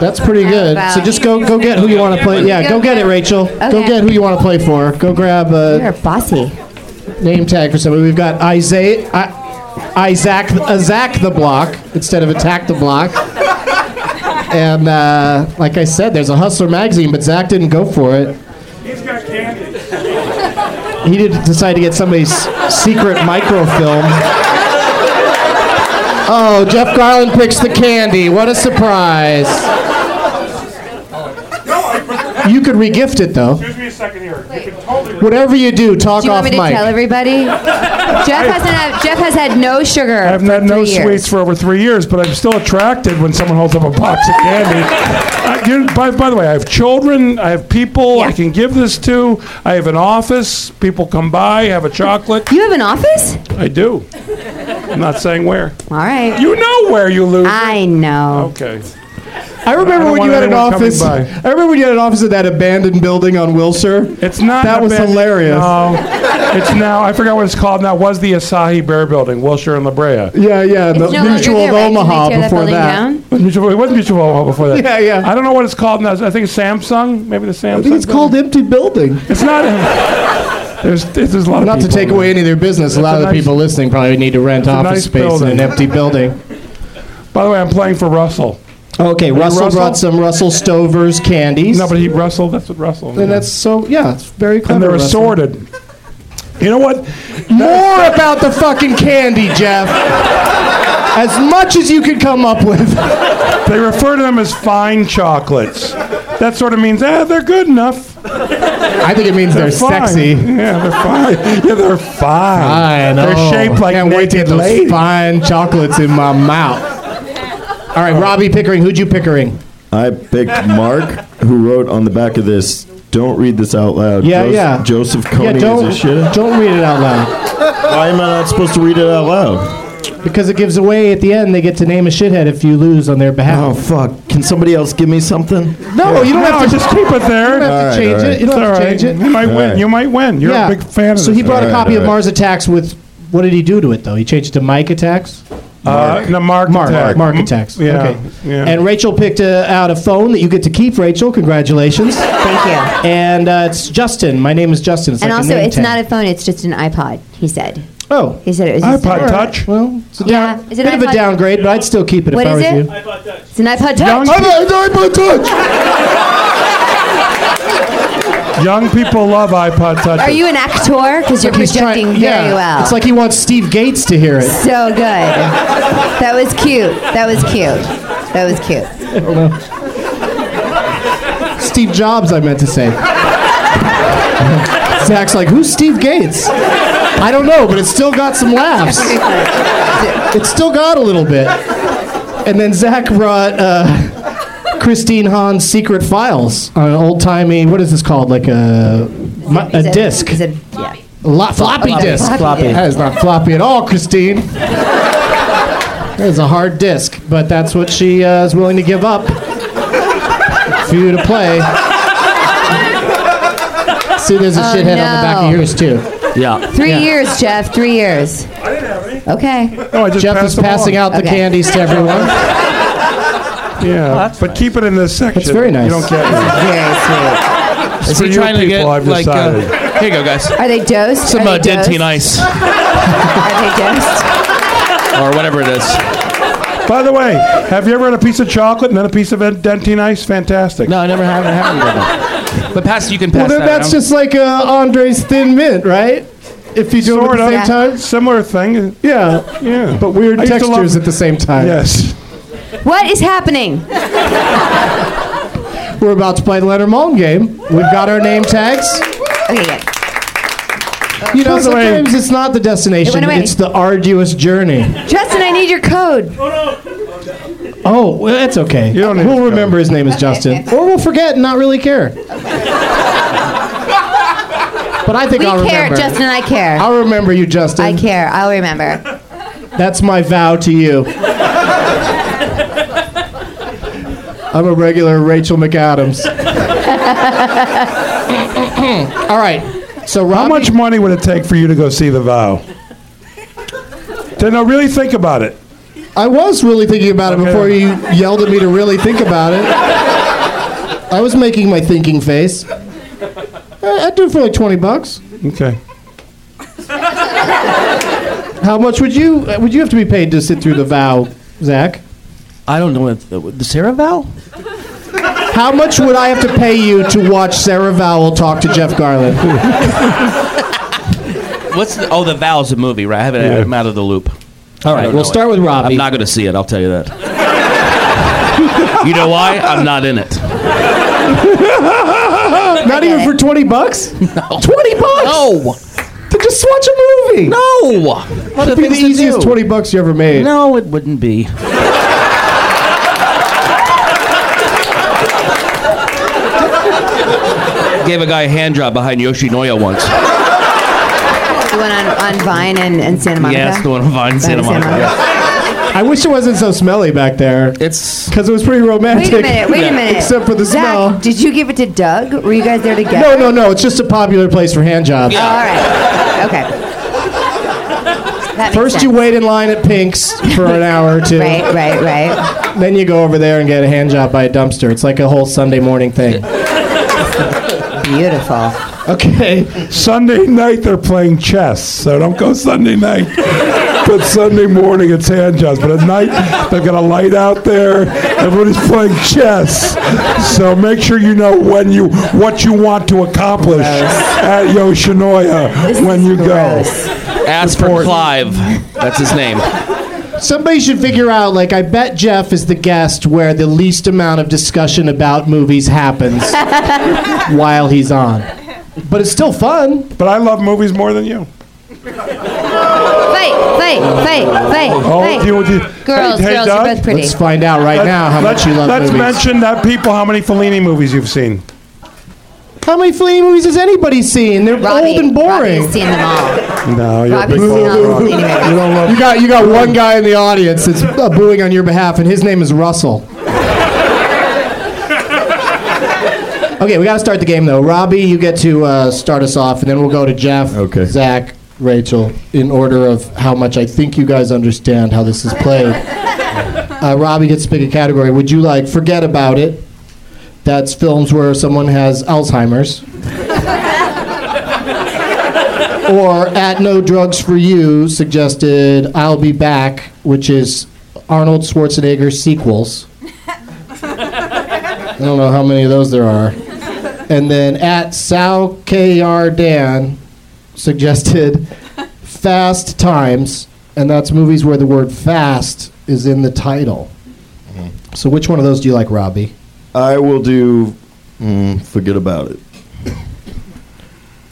[SPEAKER 2] That's pretty good. So just go go get who you want to play. Yeah, go get it, Rachel. Go
[SPEAKER 3] Okay.
[SPEAKER 2] get who you want to play for. Go grab uh,
[SPEAKER 3] You're
[SPEAKER 2] a
[SPEAKER 3] bossy.
[SPEAKER 2] name tag for somebody. We've got Isaiah, I, Isaac, Isaac the Block instead of Attack the Block. And uh, like I said, there's a Hustler magazine, but Zach didn't go for it.
[SPEAKER 6] He's got candy.
[SPEAKER 2] He did decide to get somebody's secret microfilm. Oh, Jeff Garland picks the candy. What a surprise. You could regift it though.
[SPEAKER 6] Give me a second here. You can totally
[SPEAKER 2] Whatever you do, talk
[SPEAKER 3] Do you
[SPEAKER 2] off
[SPEAKER 3] want me to
[SPEAKER 2] mic.
[SPEAKER 3] tell everybody? Jeff hasn't had, Jeff has had no sugar.
[SPEAKER 6] I have
[SPEAKER 3] for
[SPEAKER 6] had no
[SPEAKER 3] three years.
[SPEAKER 6] sweets for over three years, but I'm still attracted when someone holds up a box of candy. I, you know, by, by the way, I have children, I have people I
[SPEAKER 3] Yeah.
[SPEAKER 6] can give this to, I have an office, people come by, have a chocolate.
[SPEAKER 3] You have an office?
[SPEAKER 6] I do. I'm not saying where.
[SPEAKER 3] All right.
[SPEAKER 6] You know where you lose.
[SPEAKER 3] I know.
[SPEAKER 6] Okay.
[SPEAKER 2] I remember
[SPEAKER 6] I don't
[SPEAKER 2] when you
[SPEAKER 6] want
[SPEAKER 2] had an
[SPEAKER 6] anyone coming
[SPEAKER 2] office. I
[SPEAKER 6] by.
[SPEAKER 2] remember when you had an office at that abandoned building on Wilshire.
[SPEAKER 6] It's not
[SPEAKER 2] That
[SPEAKER 6] a
[SPEAKER 2] was
[SPEAKER 6] bad-
[SPEAKER 2] hilarious.
[SPEAKER 6] No, it's now. I forgot what it's called. Now It was the Asahi Bear Building, Wilshire and La Brea.
[SPEAKER 2] Yeah, yeah, the
[SPEAKER 3] It's no
[SPEAKER 2] Mutual
[SPEAKER 3] longer there,
[SPEAKER 2] of
[SPEAKER 3] right? Didn't they
[SPEAKER 2] Omaha
[SPEAKER 3] tear that
[SPEAKER 2] before
[SPEAKER 3] building
[SPEAKER 2] that.
[SPEAKER 3] down?
[SPEAKER 6] It was Mutual- it was Mutual Omaha before that.
[SPEAKER 2] Yeah, yeah.
[SPEAKER 6] I don't know what it's called now. I think it's Samsung. Maybe the Samsung.
[SPEAKER 2] I think it's called Empty Building.
[SPEAKER 6] It's not. There's, there's a lot of
[SPEAKER 2] Not to
[SPEAKER 6] people
[SPEAKER 2] take
[SPEAKER 6] in
[SPEAKER 2] away
[SPEAKER 6] there.
[SPEAKER 2] any of their business, a
[SPEAKER 6] It's
[SPEAKER 2] lot
[SPEAKER 6] a
[SPEAKER 2] of the
[SPEAKER 6] nice-
[SPEAKER 2] people listening probably need to rent office
[SPEAKER 6] nice
[SPEAKER 2] space in an
[SPEAKER 6] building.
[SPEAKER 2] empty building.
[SPEAKER 6] By the way, I'm playing for Russell.
[SPEAKER 2] Okay, Russell,
[SPEAKER 6] Russell?
[SPEAKER 2] brought some Russell Stover's candies.
[SPEAKER 6] No, but he Russell. That's what Russell.
[SPEAKER 2] and that's so yeah, it's very clever.
[SPEAKER 6] and they're
[SPEAKER 2] Russell.
[SPEAKER 6] assorted. You know what?
[SPEAKER 2] More about the fucking candy, Jeff. As much as you can come up with.
[SPEAKER 6] They refer to them as fine chocolates. That sort of means ah, they're good enough.
[SPEAKER 2] I think it means they're,
[SPEAKER 6] fine.
[SPEAKER 2] sexy.
[SPEAKER 6] Yeah, they're fine. Yeah, they're fine.
[SPEAKER 2] I know.
[SPEAKER 6] They're shaped like
[SPEAKER 2] Can't wait to get
[SPEAKER 6] naked
[SPEAKER 2] those
[SPEAKER 6] ladies.
[SPEAKER 2] fine chocolates in my mouth. All right, Robbie Pickering, who'd you Pickering?
[SPEAKER 4] I picked Mark, who wrote on the back of this, "Don't read this out loud."
[SPEAKER 2] Yeah,
[SPEAKER 4] Jos-
[SPEAKER 2] yeah.
[SPEAKER 4] Joseph
[SPEAKER 2] Yeah,
[SPEAKER 4] Coney
[SPEAKER 2] don't
[SPEAKER 4] is a shitter.
[SPEAKER 2] don't read it out loud.
[SPEAKER 4] Why am I not supposed to read it out loud?
[SPEAKER 2] Because it gives away at the end, they get to name a shithead if you lose on their
[SPEAKER 4] Oh
[SPEAKER 2] behalf.
[SPEAKER 4] fuck! Can somebody else give me something?
[SPEAKER 2] No, you don't
[SPEAKER 6] No,
[SPEAKER 2] have to.
[SPEAKER 6] just keep it
[SPEAKER 4] Oh,
[SPEAKER 2] You don't
[SPEAKER 6] there.
[SPEAKER 2] have to
[SPEAKER 4] Alright,
[SPEAKER 2] change it.
[SPEAKER 4] alright.
[SPEAKER 2] You don't
[SPEAKER 6] All
[SPEAKER 2] have to
[SPEAKER 6] right.
[SPEAKER 2] change
[SPEAKER 6] You
[SPEAKER 2] it.
[SPEAKER 6] might
[SPEAKER 4] All
[SPEAKER 6] win.
[SPEAKER 4] right.
[SPEAKER 6] You might win. You're
[SPEAKER 2] Yeah.
[SPEAKER 6] a big fan of
[SPEAKER 2] So he
[SPEAKER 6] this.
[SPEAKER 2] brought a
[SPEAKER 4] Alright,
[SPEAKER 2] copy of
[SPEAKER 4] alright.
[SPEAKER 2] Mars Attacks with. What did he do to it though? He changed it to Mike Attacks.
[SPEAKER 6] uh, no, Mark.
[SPEAKER 2] Mark.
[SPEAKER 6] attack.
[SPEAKER 2] Mark
[SPEAKER 6] Mm,
[SPEAKER 2] Attacks.
[SPEAKER 6] Yeah.
[SPEAKER 2] Okay.
[SPEAKER 6] yeah.
[SPEAKER 2] And Rachel picked uh, out a phone that you get to keep. Rachel, congratulations.
[SPEAKER 3] Thank you.
[SPEAKER 2] and uh, it's Justin. My name is Justin. It's
[SPEAKER 3] And
[SPEAKER 2] like
[SPEAKER 3] also,
[SPEAKER 2] a name
[SPEAKER 3] it's
[SPEAKER 2] tag.
[SPEAKER 3] not a phone, it's just an iPod, he said.
[SPEAKER 2] Oh.
[SPEAKER 3] He said it was just an
[SPEAKER 6] iPod Touch.
[SPEAKER 2] Well, it's a
[SPEAKER 3] Yeah.
[SPEAKER 2] down,
[SPEAKER 3] Is it
[SPEAKER 2] bit of a
[SPEAKER 3] iPod?
[SPEAKER 2] downgrade, but I'd still keep it
[SPEAKER 3] What
[SPEAKER 2] if I
[SPEAKER 3] is
[SPEAKER 2] was
[SPEAKER 3] it?
[SPEAKER 2] you.
[SPEAKER 3] It's an iPod Touch.
[SPEAKER 6] Young, young people love iPod Touch.
[SPEAKER 3] Are you an actor? Because you're
[SPEAKER 2] He's
[SPEAKER 3] projecting
[SPEAKER 2] trying-
[SPEAKER 3] very
[SPEAKER 2] yeah,
[SPEAKER 3] well.
[SPEAKER 2] It's like he wants Steve Gates to hear it.
[SPEAKER 3] so good. That was cute. That was cute. That was cute.
[SPEAKER 2] Steve Jobs, I meant to say. Zach's like, who's Steve Gates? I don't know, but it still got some laughs. It still got a little bit. And then Zach brought uh, Christine Hahn's Secret Files on an old timey, what is this called? Like a, mi- a
[SPEAKER 3] Is it-
[SPEAKER 2] disc.
[SPEAKER 3] Is it, yeah.
[SPEAKER 2] A Lo- floppy disk.
[SPEAKER 3] Floppy.
[SPEAKER 2] That is not floppy at all, Christine. That is a hard disk, but that's what she uh, is willing to give up for you to play. See, there's a shithead on the back
[SPEAKER 3] Oh, no.
[SPEAKER 2] of yours too.
[SPEAKER 5] Yeah.
[SPEAKER 3] Three years, Jeff. Three years.
[SPEAKER 6] I didn't have any.
[SPEAKER 3] Okay.
[SPEAKER 6] No, I just
[SPEAKER 2] Jeff
[SPEAKER 6] passed
[SPEAKER 2] is
[SPEAKER 6] them
[SPEAKER 2] passing
[SPEAKER 6] along.
[SPEAKER 2] out the
[SPEAKER 3] Okay.
[SPEAKER 2] candies to everyone.
[SPEAKER 6] Yeah, but keep it in this section.
[SPEAKER 2] That's very nice.
[SPEAKER 6] You don't get it.
[SPEAKER 3] Very sweet.
[SPEAKER 5] Is
[SPEAKER 6] for
[SPEAKER 5] he
[SPEAKER 6] you
[SPEAKER 5] trying to
[SPEAKER 6] people,
[SPEAKER 5] get
[SPEAKER 6] I've
[SPEAKER 5] like? Uh,
[SPEAKER 6] decided.
[SPEAKER 5] here you go, guys.
[SPEAKER 3] Are they dosed? Are
[SPEAKER 5] Some uh,
[SPEAKER 3] they dosed?
[SPEAKER 5] dentine ice
[SPEAKER 3] Are they dosed?
[SPEAKER 5] or whatever it is.
[SPEAKER 6] By the way, have you ever had a piece of chocolate and then a piece of dentine ice? Fantastic.
[SPEAKER 2] No, I never have. I haven't done that.
[SPEAKER 5] But pass, you can pass
[SPEAKER 2] Well, then
[SPEAKER 5] that.
[SPEAKER 2] that's
[SPEAKER 5] around.
[SPEAKER 2] just like uh, Andre's Thin Mint, right? If you do
[SPEAKER 6] Sort
[SPEAKER 2] it at
[SPEAKER 6] of.
[SPEAKER 2] the same time.
[SPEAKER 6] Similar thing.
[SPEAKER 2] Yeah.
[SPEAKER 6] Yeah.
[SPEAKER 2] But weird
[SPEAKER 6] I used to love-
[SPEAKER 2] textures at the same time.
[SPEAKER 6] Yes.
[SPEAKER 3] What is happening?
[SPEAKER 2] We're about to play the Leonard Malm game. We've got our name tags.
[SPEAKER 3] Okay, good.
[SPEAKER 2] You know,
[SPEAKER 6] By the way-
[SPEAKER 2] sometimes it's not the destination,
[SPEAKER 3] It went away.
[SPEAKER 2] it's the arduous journey.
[SPEAKER 3] Justin, I need your code.
[SPEAKER 2] Oh, well, that's okay.
[SPEAKER 6] You don't need to
[SPEAKER 2] we'll
[SPEAKER 6] go.
[SPEAKER 2] remember his name is Justin. Or we'll forget and not really care. but I think
[SPEAKER 3] We
[SPEAKER 2] I'll
[SPEAKER 3] care,
[SPEAKER 2] remember.
[SPEAKER 3] Justin. I care.
[SPEAKER 2] I'll remember you, Justin.
[SPEAKER 3] I care. I'll remember.
[SPEAKER 2] That's my vow to you. I'm a regular Rachel McAdams. All right. So Robbie,
[SPEAKER 6] How much money would it take for you to go see The Vow? Then no, really think about it.
[SPEAKER 2] I was really thinking about it
[SPEAKER 6] Okay.
[SPEAKER 2] before you yelled at me to really think about it. I was making my thinking face. I- I'd do it for like 20 bucks.
[SPEAKER 6] Okay.
[SPEAKER 2] How much would you uh, would you have to be paid to sit through the vow, Zach?
[SPEAKER 5] I don't know what the, Sarah Val.
[SPEAKER 2] How much would I have to pay you to watch Sarah Vowell talk to Jeff Garland?
[SPEAKER 5] What's the, oh the Val's a movie, right? I haven't
[SPEAKER 6] Yeah.
[SPEAKER 5] I'm out of the loop.
[SPEAKER 2] All
[SPEAKER 5] I
[SPEAKER 2] right,
[SPEAKER 5] don't
[SPEAKER 2] we'll
[SPEAKER 5] know
[SPEAKER 2] start
[SPEAKER 5] it.
[SPEAKER 2] with Robbie.
[SPEAKER 5] I'm not going to see it. I'll tell you that. you know why? I'm not in it.
[SPEAKER 2] Not even for 20 bucks? 20 bucks?
[SPEAKER 5] No.
[SPEAKER 2] To just watch a movie.
[SPEAKER 5] No. What
[SPEAKER 2] It'd be the easiest 20 bucks you ever made.
[SPEAKER 5] No, it wouldn't be. Gave a guy a hand job behind Yoshinoya once.
[SPEAKER 3] The one on, on Vine and, and Santa Monica.
[SPEAKER 5] Yes, the one on Vine Santa
[SPEAKER 3] Santa
[SPEAKER 5] Monica.
[SPEAKER 3] Monica.
[SPEAKER 2] I wish it wasn't so smelly back there.
[SPEAKER 5] It's
[SPEAKER 2] Because it was pretty romantic.
[SPEAKER 3] Wait a minute. Wait a minute.
[SPEAKER 2] Except for the
[SPEAKER 3] Zach,
[SPEAKER 2] smell.
[SPEAKER 3] Did you give it to Doug? Were you guys there together?
[SPEAKER 2] No, no, no. It's just a popular place for hand jobs.
[SPEAKER 3] Oh, all right. Okay. That makes
[SPEAKER 2] First, you
[SPEAKER 3] sense.
[SPEAKER 2] wait in line at Pink's for an hour or two.
[SPEAKER 3] Right, right, right.
[SPEAKER 2] Then you go over there and get a hand job by a dumpster. It's like a whole Sunday morning thing.
[SPEAKER 3] Beautiful.
[SPEAKER 2] Okay.
[SPEAKER 6] Sunday night they're playing chess, so don't go Sunday night. but Sunday morning it's hand jobs. But at night they've got a light out there. Everybody's playing chess, so make sure you know when you what you want to accomplish at Yoshinoya when you
[SPEAKER 3] gross.
[SPEAKER 6] go.
[SPEAKER 5] ask for Clive. That's his name.
[SPEAKER 2] Somebody should figure out, like, I bet Jeff is the guest where the least amount of discussion about movies happens while he's on. But it's still fun.
[SPEAKER 6] But I love movies more than you.
[SPEAKER 3] Fight, fight, fight, fight,
[SPEAKER 6] Oh,
[SPEAKER 3] fight.
[SPEAKER 6] you, you,
[SPEAKER 3] girls,
[SPEAKER 6] hey, hey,
[SPEAKER 3] girls,
[SPEAKER 6] Doug?
[SPEAKER 3] you're both pretty.
[SPEAKER 2] Let's find out right now how
[SPEAKER 6] Let's-
[SPEAKER 2] much you love
[SPEAKER 6] let's
[SPEAKER 2] movies.
[SPEAKER 6] mention that people how many Fellini movies you've seen.
[SPEAKER 2] how many Fellini movies has anybody seen? They're
[SPEAKER 3] Robbie,
[SPEAKER 2] old and boring.
[SPEAKER 3] Robbie's seen them all.
[SPEAKER 6] No, you're a
[SPEAKER 3] Robbie's
[SPEAKER 6] big
[SPEAKER 3] seen all
[SPEAKER 6] old
[SPEAKER 3] the
[SPEAKER 6] rock.
[SPEAKER 3] Fellini movies.
[SPEAKER 6] You don't love
[SPEAKER 2] You got you got one guy in the audience that's uh, booing on your behalf, and his name is Russell. okay, we got to start the game though. Robbie, you get to uh, start us off, and then we'll go to Jeff,
[SPEAKER 8] Okay.
[SPEAKER 2] Zach, Rachel, in order of how much I think you guys understand how this is played. Uh, Robbie gets to pick a category. Would you like forget about it? That's films where someone has Alzheimer's. or at no drugs for you suggested i'll be back which is arnold schwarzenegger sequels i don't know how many of those there are and then at sal kr dan suggested fast times and that's movies where the word fast is in the title so which one of those do you like robbie
[SPEAKER 8] I will do. Mm, forget about it.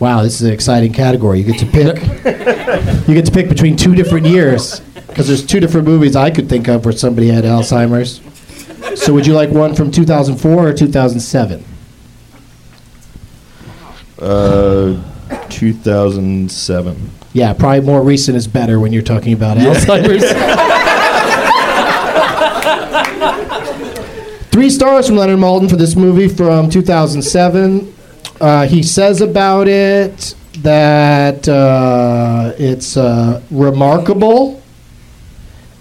[SPEAKER 2] Wow, this is an exciting category. You get to pick. you get to pick between two different years because there's two different movies I could think of where somebody had Alzheimer's. So would you like one from 2004 or 2007?
[SPEAKER 8] Uh,
[SPEAKER 9] 2007.
[SPEAKER 2] Yeah, probably more recent is better when you're talking about Alzheimer's. Three stars from Leonard Maltin for this movie from 2007. Uh, he says about it that uh, it's uh, remarkable.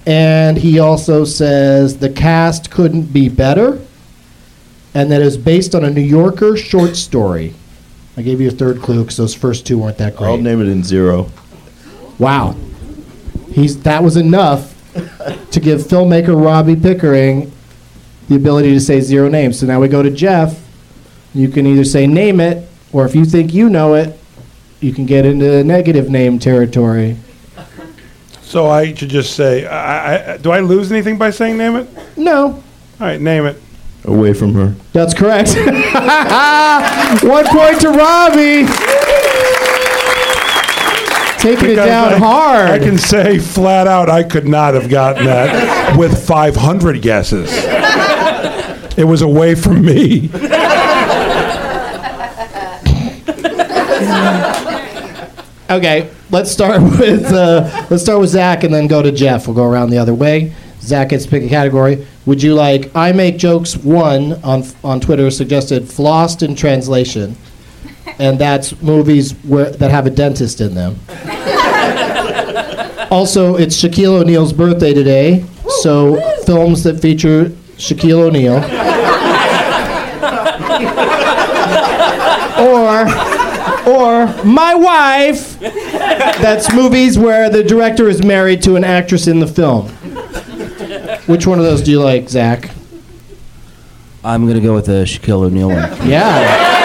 [SPEAKER 2] And he also says the cast couldn't be better. And that it was based on a New Yorker short story. I gave you a third clue because those first two weren't that great.
[SPEAKER 6] Oh,
[SPEAKER 9] I'll name it in zero.
[SPEAKER 2] Wow. He's, that was enough to give filmmaker Robbie Pickering the ability to say zero names. So now we go to Jeff. You can either say name it, or if you think you know it, you can get into negative name territory.
[SPEAKER 6] So I should just say, I, I- I, do I lose anything by saying name it?
[SPEAKER 2] No,
[SPEAKER 6] All right, name it.
[SPEAKER 9] Away from her.
[SPEAKER 2] that's correct. One point to Robbie. Taking it
[SPEAKER 6] Because
[SPEAKER 2] down
[SPEAKER 6] I-
[SPEAKER 2] hard.
[SPEAKER 6] I can say flat out, I could not have gotten that with 500 guesses. It was away from me.
[SPEAKER 2] Okay, let's start with uh, let's start with Zach, and then go to Jeff. We'll go around the other way. Zach gets to pick a category. Would you like? I make jokes. One on on Twitter suggested "Flossed in Translation," and that's movies where that have a dentist in them. also, it's Shaquille O'Neal's birthday today, so films that feature Shaquille O'Neal. or or my wife. That's movies where the director is married to an actress in the film. Which one of those do you like, Zach?
[SPEAKER 5] I'm gonna go with the Shaquille O'Neal one.
[SPEAKER 2] Yeah.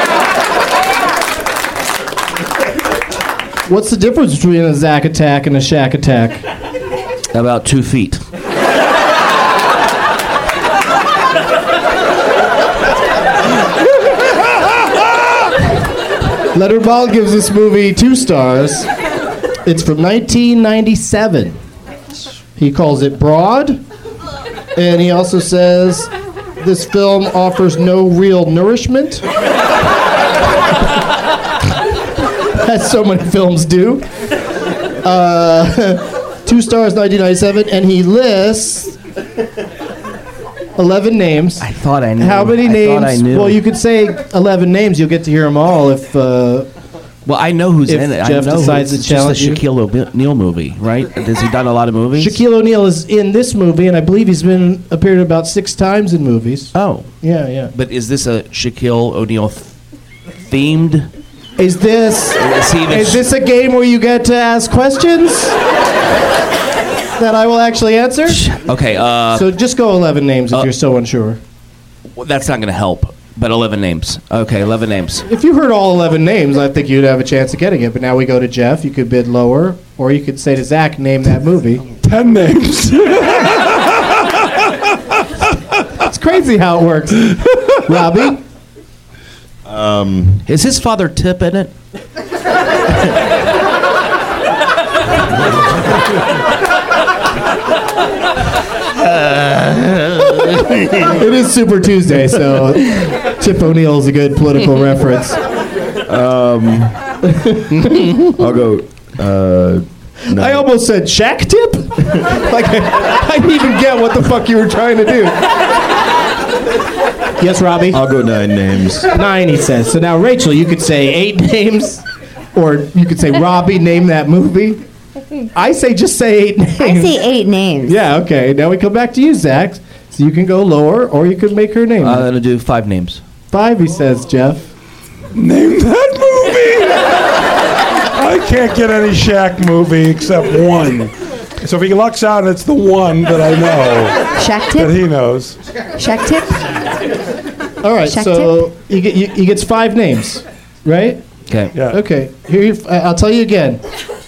[SPEAKER 2] What's the difference between a Zach attack and a Shack attack?
[SPEAKER 5] About two feet.
[SPEAKER 2] Letterball gives this movie two stars. It's from 1997. He calls it broad, and he also says this film offers no real nourishment. as so many films do. Uh, two stars, 1997, and he lists 11 names.
[SPEAKER 5] I thought I knew.
[SPEAKER 2] How many
[SPEAKER 5] I
[SPEAKER 2] names?
[SPEAKER 5] Thought I knew.
[SPEAKER 2] Well, you could say 11 names. You'll get to hear them all if. Uh,
[SPEAKER 5] Well, I know who's
[SPEAKER 2] If
[SPEAKER 5] in it.
[SPEAKER 2] Jeff
[SPEAKER 5] I know
[SPEAKER 2] decides
[SPEAKER 5] who,
[SPEAKER 2] to
[SPEAKER 5] it's just
[SPEAKER 2] challenge you.
[SPEAKER 5] a Shaquille O'Neal movie, right? Has he done a lot of movies?
[SPEAKER 2] Shaquille O'Neal is in this movie, and I believe he's been appeared about six times in movies.
[SPEAKER 5] Oh,
[SPEAKER 2] Yeah, yeah.
[SPEAKER 5] but is this a Shaquille O'Neal th- themed?
[SPEAKER 2] Is this
[SPEAKER 5] Is he even
[SPEAKER 2] is this a game where you get to ask questions that I will actually answer?
[SPEAKER 5] Okay, uh,
[SPEAKER 2] So just go 11 names if you're so unsure.
[SPEAKER 5] well, that's not gonna help. But eleven names. Okay, eleven names.
[SPEAKER 2] If you heard all 11 names, I think you'd have a chance of getting it. But now we go to Jeff. You could bid lower, or you could say to Zach, name that movie.
[SPEAKER 6] 10 names.
[SPEAKER 2] It's crazy how it works. Robbie?
[SPEAKER 5] Is his father Tip in it?
[SPEAKER 2] It is Super Tuesday, so Chip O'Neill is a good political reference.
[SPEAKER 9] Um, I'll go. Uh, no.
[SPEAKER 2] I almost said shack tip. like I, I didn't even get what the fuck you were trying to do. Yes, Robbie.
[SPEAKER 9] I'll go nine names.
[SPEAKER 2] Nine, he says. So now, Rachel, you could say eight names, or you could say Robbie, name that movie. I say just say eight names.
[SPEAKER 3] I say eight names.
[SPEAKER 2] Yeah. Okay. Now we come back to you, Zach. So you can go lower, or you could make her name.
[SPEAKER 5] Uh, I'm gonna do five names.
[SPEAKER 2] Five, he says. Jeff.
[SPEAKER 6] Name that movie. I can't get any Shaq movie except one. So if he lucks out, it's the one that I know,
[SPEAKER 3] Shack
[SPEAKER 6] that
[SPEAKER 3] tip?
[SPEAKER 6] he knows.
[SPEAKER 3] Shack tip?
[SPEAKER 2] All right.
[SPEAKER 3] Shack
[SPEAKER 2] so he, get, he, he gets five names, right?
[SPEAKER 5] Okay.
[SPEAKER 6] Yeah.
[SPEAKER 2] Okay. Here, you, I- I'll tell you again.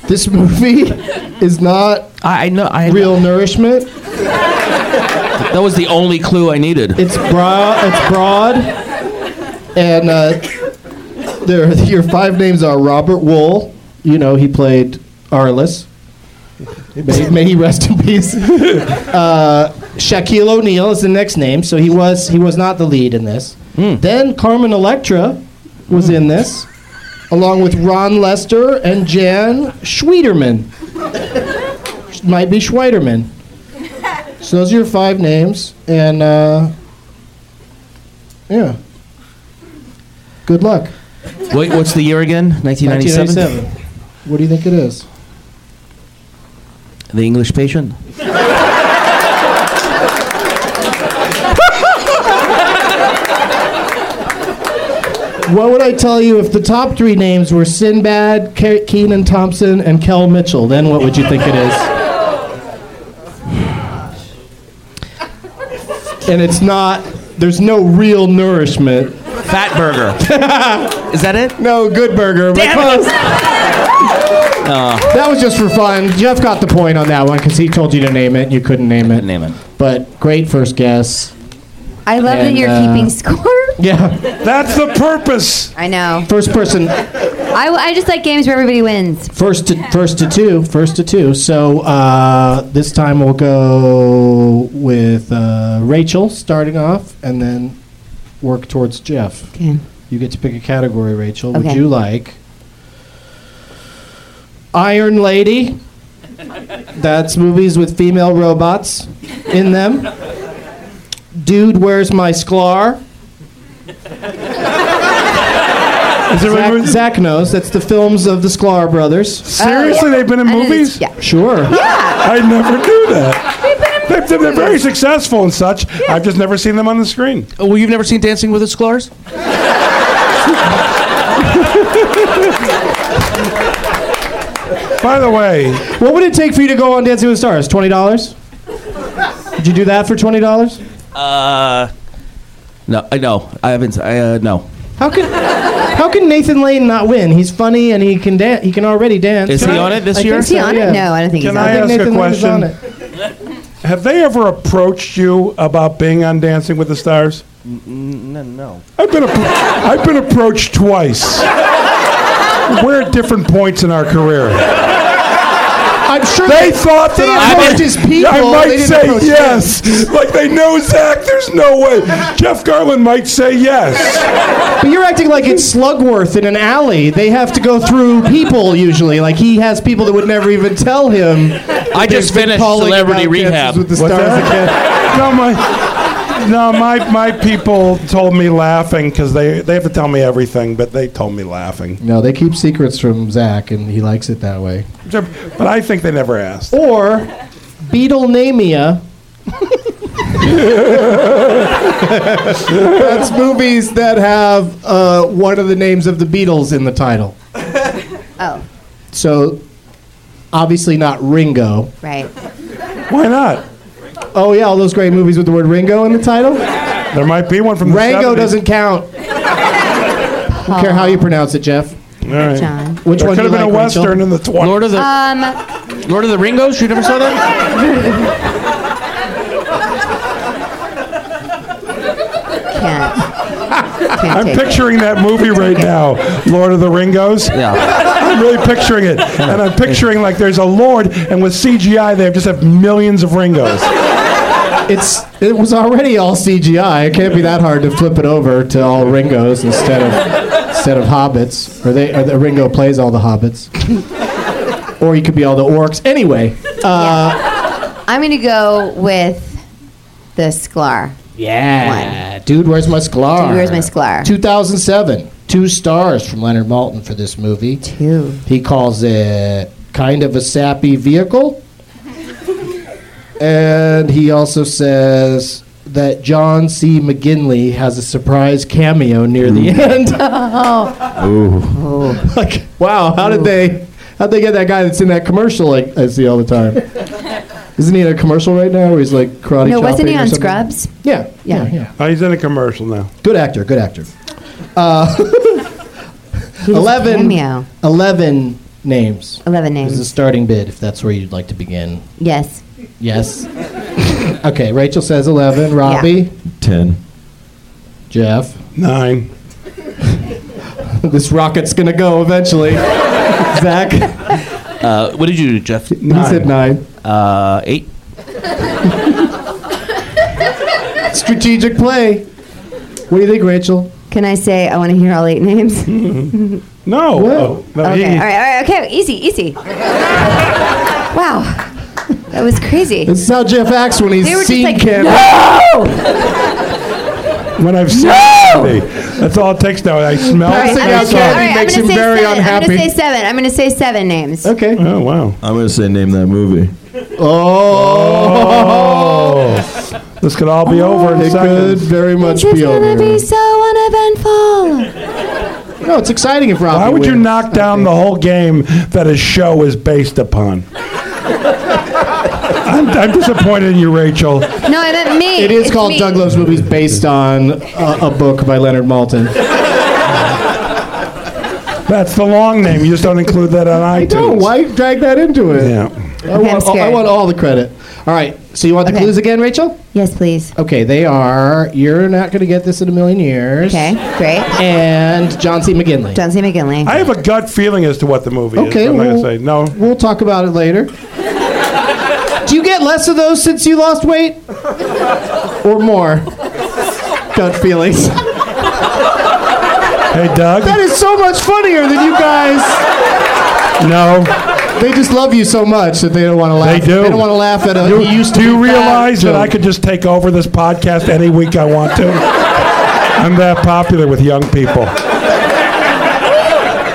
[SPEAKER 2] This movie is not
[SPEAKER 5] I, I know. I
[SPEAKER 2] real nourishment.
[SPEAKER 5] that was the only clue I needed.
[SPEAKER 2] It's broad. It's broad. And uh, there, your five names are Robert Wool. You know he played Arliss. May, may he rest in peace. Uh, Shaquille O'Neal is the next name, so he was he was not the lead in this. Then Carmen Electra was in this, along with Ron Lester and Jan Schwederman. Might be Schweiderman. So those are your five names, and uh, yeah. Good luck.
[SPEAKER 5] Wait, what's the year again? 1997?
[SPEAKER 2] 1997. What do you think it is?
[SPEAKER 5] The English Patient?
[SPEAKER 2] What would I tell you if the top three names were Sinbad, Ke- Keenan Thompson, and Kel Mitchell? Then what would you think it is? And it's not. There's no real nourishment.
[SPEAKER 5] Fat Burger. Is that it?
[SPEAKER 2] No good burger. But
[SPEAKER 5] Damn it.
[SPEAKER 2] close. That was just for fun. Jeff got the point on that one because he told you to name it and you couldn't name it.
[SPEAKER 5] Name it.
[SPEAKER 2] But great first guess.
[SPEAKER 3] I love that
[SPEAKER 2] And,
[SPEAKER 3] you're
[SPEAKER 2] uh,
[SPEAKER 3] keeping score.
[SPEAKER 2] Yeah.
[SPEAKER 6] That's the purpose.
[SPEAKER 3] I know.
[SPEAKER 2] First person
[SPEAKER 10] I, I just like games where everybody wins.
[SPEAKER 2] First to first to two, first to two. So uh, this time we'll go with uh, Rachel starting off, and then work towards Jeff.
[SPEAKER 3] Okay.
[SPEAKER 2] You get to pick a category, Rachel. Would
[SPEAKER 3] Okay.
[SPEAKER 2] you like Iron Lady? That's movies with female robots in them. Dude, where's my sklar?
[SPEAKER 6] Is there
[SPEAKER 2] Zach,
[SPEAKER 6] a-
[SPEAKER 2] Zach knows. That's the films of the Sklar brothers.
[SPEAKER 6] seriously, they've been in
[SPEAKER 3] Oh,
[SPEAKER 2] Uh,
[SPEAKER 3] I know this-
[SPEAKER 6] movies?
[SPEAKER 3] Yeah.
[SPEAKER 2] Sure.
[SPEAKER 6] I never knew that. They've been- they're very successful and such. I've just never seen them on the screen.
[SPEAKER 5] Oh, well, you've never seen Dancing with the Stars?
[SPEAKER 6] By the way,
[SPEAKER 2] What would it take for you to go on Dancing with the Stars? Twenty dollars? Would you do that for twenty dollars?
[SPEAKER 5] Uh, no, I no, I haven't. I uh, no.
[SPEAKER 2] How can how can Nathan Lane not win? He's funny and he can dance. He can already dance.
[SPEAKER 5] Is he
[SPEAKER 2] I-
[SPEAKER 5] on it this
[SPEAKER 2] I
[SPEAKER 5] year?
[SPEAKER 2] think
[SPEAKER 3] Is he
[SPEAKER 2] so,
[SPEAKER 3] on
[SPEAKER 2] yeah.
[SPEAKER 3] it? No, I don't think
[SPEAKER 6] Can
[SPEAKER 3] he's on
[SPEAKER 6] I
[SPEAKER 2] I
[SPEAKER 3] it.
[SPEAKER 2] think
[SPEAKER 6] ask a
[SPEAKER 2] Nathan Lane is
[SPEAKER 6] question?
[SPEAKER 2] on it.
[SPEAKER 6] have they ever approached you about being on Dancing with the Stars?
[SPEAKER 5] No, no.
[SPEAKER 6] I've been, appro- I've been approached twice. We're at different points in our career.
[SPEAKER 2] I'm sure
[SPEAKER 6] They thought that
[SPEAKER 2] They
[SPEAKER 6] I
[SPEAKER 2] approached
[SPEAKER 6] might-
[SPEAKER 2] his people,
[SPEAKER 6] I
[SPEAKER 2] they
[SPEAKER 6] might
[SPEAKER 2] didn't
[SPEAKER 6] say
[SPEAKER 2] approach
[SPEAKER 6] yes. Like they know Zach. There's no way. Jeff Garland might say yes.
[SPEAKER 2] But you're acting like it's Slugworth in an alley. They have to go through people usually. Like he has people that would never even tell him. that
[SPEAKER 5] I just
[SPEAKER 2] they've been
[SPEAKER 5] finished
[SPEAKER 2] calling
[SPEAKER 5] Celebrity
[SPEAKER 2] about Dances
[SPEAKER 5] Rehab.
[SPEAKER 2] with the
[SPEAKER 6] What's
[SPEAKER 2] Stars
[SPEAKER 6] that?
[SPEAKER 2] again.
[SPEAKER 6] No, my, no, my, my people told me laughing because they, they have to tell me everything, but they told me laughing.
[SPEAKER 2] No, they keep secrets from Zach, and he likes it that way.
[SPEAKER 6] But I think they never asked.
[SPEAKER 2] or Beatlemania. That's movies that have uh, one of the names of the Beatles in the title.
[SPEAKER 3] Oh,
[SPEAKER 2] So, obviously not Ringo.
[SPEAKER 3] right.
[SPEAKER 6] Why not?
[SPEAKER 2] Oh yeah, all those great movies with the word Ringo in the title.
[SPEAKER 6] There might be one from the
[SPEAKER 2] Rango
[SPEAKER 6] 70s.
[SPEAKER 2] doesn't count. Don't care how you pronounce it, Jeff.
[SPEAKER 6] All right.
[SPEAKER 3] John.
[SPEAKER 2] Which
[SPEAKER 6] There
[SPEAKER 2] one
[SPEAKER 6] could
[SPEAKER 2] do you
[SPEAKER 6] have been a
[SPEAKER 2] like, Rachel?
[SPEAKER 6] western in the 20s.
[SPEAKER 5] Lord of the
[SPEAKER 10] Um,
[SPEAKER 5] Lord of the Ringos. You never saw that?
[SPEAKER 3] Can't. Can't
[SPEAKER 6] I'm
[SPEAKER 3] take it.
[SPEAKER 6] picturing that movie right now, Lord of the Ringos.
[SPEAKER 5] Yeah.
[SPEAKER 6] I'm really picturing it, and I'm picturing like there's a lord, and with CGI they just have millions of Ringos.
[SPEAKER 2] It's it was already all CGI. It can't be that hard to flip it over to all Ringos instead of instead of hobbits. Or they or the Ringo plays all the hobbits. or you could be all the orcs. Anyway,
[SPEAKER 10] I'm gonna go with the Sklar.
[SPEAKER 2] yeah. Uh, Dude, where's my Sklar?
[SPEAKER 10] Dude, Where's My Sklar?
[SPEAKER 2] 2007. Two stars from Leonard Malton for this movie.
[SPEAKER 3] Two.
[SPEAKER 2] He calls it kind of a sappy vehicle. and he also says that John C. McGinley has a surprise cameo near the end.
[SPEAKER 10] Oh.
[SPEAKER 2] like, wow, how did they how'd they get that guy that's in that commercial like I see all the time? Isn't he in a commercial right now where he's like karate
[SPEAKER 10] No, wasn't he
[SPEAKER 2] chopping or
[SPEAKER 10] on
[SPEAKER 2] something?
[SPEAKER 10] Scrubs?
[SPEAKER 2] Yeah, yeah,
[SPEAKER 10] Yeah.
[SPEAKER 2] yeah.
[SPEAKER 6] Oh, he's in a commercial now.
[SPEAKER 2] Good actor, good actor. Uh,
[SPEAKER 3] a
[SPEAKER 2] 11,
[SPEAKER 3] cameo.
[SPEAKER 2] 11 names.
[SPEAKER 3] Eleven
[SPEAKER 2] This is a
[SPEAKER 3] names.
[SPEAKER 2] starting bid, if that's where you'd like to begin.
[SPEAKER 3] Yes.
[SPEAKER 2] Yes. okay, Rachel says 11. Robbie,
[SPEAKER 11] Ten.
[SPEAKER 2] Jeff.
[SPEAKER 6] Nine.
[SPEAKER 2] this rocket's going to go eventually. Zach, he
[SPEAKER 5] Uh, what did you do, Jeff?
[SPEAKER 2] said 9.
[SPEAKER 5] Uh, eight.
[SPEAKER 2] Strategic play. What do you think, Rachel?
[SPEAKER 3] Can I say I want to hear all eight names?
[SPEAKER 6] No. Oh,
[SPEAKER 2] Whoa.
[SPEAKER 6] No,
[SPEAKER 3] okay,
[SPEAKER 6] he-
[SPEAKER 3] all right, all right, okay, easy, easy. wow, that was crazy.
[SPEAKER 2] This is how Jeff acts when he's
[SPEAKER 3] They were just
[SPEAKER 2] seen
[SPEAKER 3] like,
[SPEAKER 2] Ken.
[SPEAKER 3] no!
[SPEAKER 6] When I've seen
[SPEAKER 3] No!
[SPEAKER 6] it, that's all it takes now. I smell
[SPEAKER 3] All right,
[SPEAKER 6] it.
[SPEAKER 3] I'm
[SPEAKER 2] Passing
[SPEAKER 3] gonna
[SPEAKER 2] out
[SPEAKER 3] say- all
[SPEAKER 2] candy
[SPEAKER 3] right, I'm
[SPEAKER 2] makes
[SPEAKER 3] gonna
[SPEAKER 2] him
[SPEAKER 3] say
[SPEAKER 2] very
[SPEAKER 3] seven. I'm
[SPEAKER 2] unhappy.
[SPEAKER 3] gonna say seven. I'm gonna say seven names.
[SPEAKER 2] Okay.
[SPEAKER 6] Oh wow!
[SPEAKER 5] I'm gonna say name that movie.
[SPEAKER 2] Oh,
[SPEAKER 6] This could all be over in
[SPEAKER 2] it Oh, could
[SPEAKER 6] seconds.
[SPEAKER 2] very much
[SPEAKER 3] This
[SPEAKER 2] be
[SPEAKER 3] is
[SPEAKER 2] over.
[SPEAKER 3] gonna be so uneventful.
[SPEAKER 2] no, it's exciting if Robbie
[SPEAKER 6] Why would you
[SPEAKER 2] wins.
[SPEAKER 6] knock down the whole game that a show is based upon? I'm, I'm disappointed in you, Rachel.
[SPEAKER 3] No, I meant me.
[SPEAKER 2] It is
[SPEAKER 3] It's
[SPEAKER 2] called
[SPEAKER 3] me.
[SPEAKER 2] Doug Loves Movies, based on a, a book by Leonard Maltin.
[SPEAKER 6] That's the long name. You just don't include that on iTunes.
[SPEAKER 2] I don't. Why drag that into it?
[SPEAKER 6] Yeah.
[SPEAKER 2] I,
[SPEAKER 3] I'm
[SPEAKER 2] want all, I
[SPEAKER 3] scared.
[SPEAKER 2] want all the credit. All right. So you want the
[SPEAKER 3] Okay.
[SPEAKER 2] clues again, Rachel?
[SPEAKER 3] Yes, please.
[SPEAKER 2] Okay. They are. You're not going to get this in a million years.
[SPEAKER 3] Okay, great.
[SPEAKER 2] And John C. McGinley.
[SPEAKER 3] John C. McGinley.
[SPEAKER 6] I have a gut feeling as to what the movie
[SPEAKER 2] Okay,
[SPEAKER 6] is. but I'm not
[SPEAKER 2] well-
[SPEAKER 6] gonna say no.
[SPEAKER 2] We'll talk about it later. Do you get less of those since you lost weight? Or more? Gut feelings.
[SPEAKER 6] Hey, Doug.
[SPEAKER 2] That is so much funnier than you guys.
[SPEAKER 6] no.
[SPEAKER 2] They just love you so much that they don't want to laugh.
[SPEAKER 6] do.
[SPEAKER 2] They don't want to laugh at a.
[SPEAKER 6] You,
[SPEAKER 2] "He used to
[SPEAKER 6] do you
[SPEAKER 2] be fat"
[SPEAKER 6] realize that I
[SPEAKER 2] joke.
[SPEAKER 6] could just take over this podcast any week I want to? I'm that popular with young people.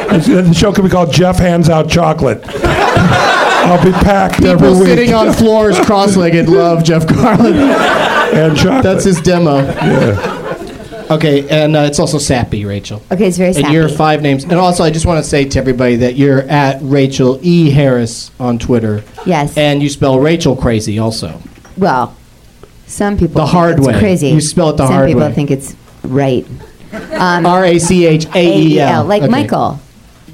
[SPEAKER 6] The show could be called Jeff Hands Out Chocolate. I'll be packed every
[SPEAKER 2] People
[SPEAKER 6] week.
[SPEAKER 2] sitting on floors cross-legged love Jeff Garland.
[SPEAKER 6] and chocolate.
[SPEAKER 2] That's his demo. Okay, and uh, it's also sappy, Rachel.
[SPEAKER 3] Okay, it's very
[SPEAKER 2] And
[SPEAKER 3] sappy.
[SPEAKER 2] your five names. And also, I just want to say to everybody that you're at Rachel E. Harris on Twitter.
[SPEAKER 3] Yes.
[SPEAKER 2] And you spell Rachel crazy also.
[SPEAKER 3] well, some people
[SPEAKER 2] The
[SPEAKER 3] think
[SPEAKER 2] hard
[SPEAKER 3] it's
[SPEAKER 2] way.
[SPEAKER 3] Crazy.
[SPEAKER 2] You spell it the
[SPEAKER 3] some
[SPEAKER 2] hard
[SPEAKER 3] people
[SPEAKER 2] way.
[SPEAKER 3] think it's right. Um,
[SPEAKER 2] R A C H A E
[SPEAKER 3] A-E-L,
[SPEAKER 2] L.
[SPEAKER 3] like
[SPEAKER 2] Okay.
[SPEAKER 3] Michael.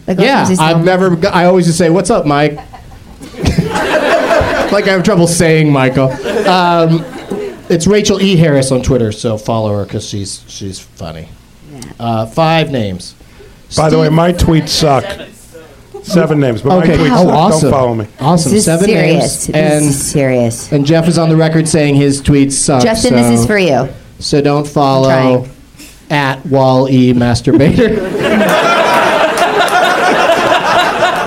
[SPEAKER 3] Like
[SPEAKER 2] Yeah,
[SPEAKER 3] Michael
[SPEAKER 2] I've
[SPEAKER 3] Giacchino.
[SPEAKER 2] never. g- I always just say, "What's up, Mike?" like I have trouble saying Michael. Um, it's Rachel E. Harris on Twitter, so follow her because she's she's funny. Uh, five names.
[SPEAKER 6] By the way,
[SPEAKER 2] Steve-
[SPEAKER 6] my tweets suck. Seven names, but
[SPEAKER 2] okay.
[SPEAKER 6] my tweets
[SPEAKER 2] Oh,
[SPEAKER 6] suck.
[SPEAKER 2] awesome.
[SPEAKER 6] Don't follow me.
[SPEAKER 2] Awesome.
[SPEAKER 3] This is
[SPEAKER 2] Seven
[SPEAKER 3] serious.
[SPEAKER 2] names.
[SPEAKER 3] this
[SPEAKER 2] And
[SPEAKER 3] is serious.
[SPEAKER 2] and Jeff is on the record saying his tweets suck.
[SPEAKER 3] Justin,
[SPEAKER 2] so,
[SPEAKER 3] this is for you.
[SPEAKER 2] So don't follow
[SPEAKER 3] trying.
[SPEAKER 2] at Wall E Masturbator.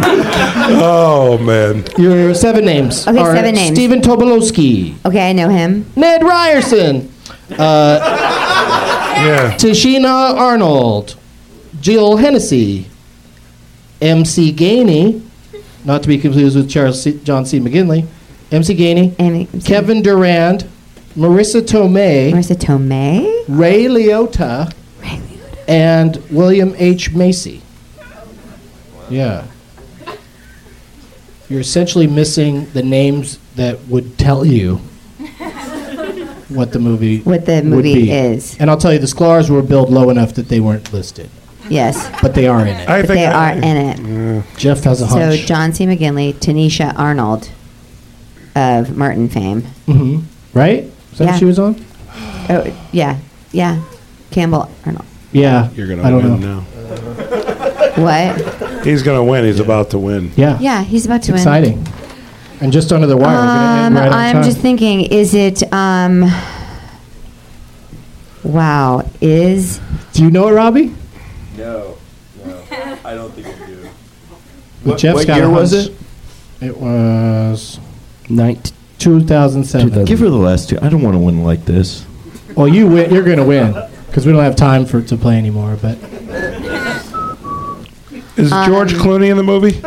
[SPEAKER 6] Oh man.
[SPEAKER 2] Your seven names.
[SPEAKER 3] Okay,
[SPEAKER 2] are
[SPEAKER 3] seven names.
[SPEAKER 2] Stephen Tobolowski.
[SPEAKER 3] Okay, I know him.
[SPEAKER 2] Ned Ryerson, uh,
[SPEAKER 6] Yeah.
[SPEAKER 2] Tashina Arnold, Jill Hennessy, MC Gainey, not to be confused with Charles C- John C. McGinley, MC Gainey,
[SPEAKER 3] And
[SPEAKER 2] Kevin Durand, Marissa Tomei,
[SPEAKER 3] Marissa Tomei.
[SPEAKER 2] Ray Liotta, and William H. Macy. Yeah. You're essentially missing the names that would tell you what the movie
[SPEAKER 3] What the
[SPEAKER 2] would
[SPEAKER 3] movie
[SPEAKER 2] be.
[SPEAKER 3] is.
[SPEAKER 2] And I'll tell you, the Sklar's were billed low enough that they weren't listed,
[SPEAKER 3] Yes.
[SPEAKER 2] but they are in it.
[SPEAKER 6] I
[SPEAKER 3] But
[SPEAKER 6] think
[SPEAKER 3] they are
[SPEAKER 6] I-
[SPEAKER 3] in it.
[SPEAKER 2] Jeff has a
[SPEAKER 3] So
[SPEAKER 2] hunch.
[SPEAKER 3] John C. McGinley, Tanisha Arnold of Martin fame.
[SPEAKER 2] hmm Right? Is that
[SPEAKER 3] Yeah.
[SPEAKER 2] what she was on?
[SPEAKER 3] Oh, yeah. Yeah. Campbell Arnold.
[SPEAKER 2] Yeah.
[SPEAKER 6] You're gonna
[SPEAKER 2] I don't
[SPEAKER 6] win
[SPEAKER 2] know.
[SPEAKER 3] What?
[SPEAKER 6] He's gonna win. He's about to win.
[SPEAKER 2] Yeah.
[SPEAKER 3] Yeah, he's about to win.
[SPEAKER 2] Exciting. And just under the wire. we're gonna end
[SPEAKER 3] Um,
[SPEAKER 2] right on
[SPEAKER 3] I'm
[SPEAKER 2] time.
[SPEAKER 3] just thinking, is it, um, wow, is,
[SPEAKER 2] Do you know it, Robbie?
[SPEAKER 5] No, no, I don't think I do.
[SPEAKER 2] What, Jeff's
[SPEAKER 5] what
[SPEAKER 2] got a
[SPEAKER 5] year was
[SPEAKER 2] hunch.
[SPEAKER 5] it?
[SPEAKER 2] It was
[SPEAKER 12] Night.
[SPEAKER 2] 2007.
[SPEAKER 5] Give her the last two. I don't want to win like this.
[SPEAKER 2] Well, oh, you win. You're going to win because we don't have time for to play anymore. But Um,
[SPEAKER 6] Is George Clooney in the movie?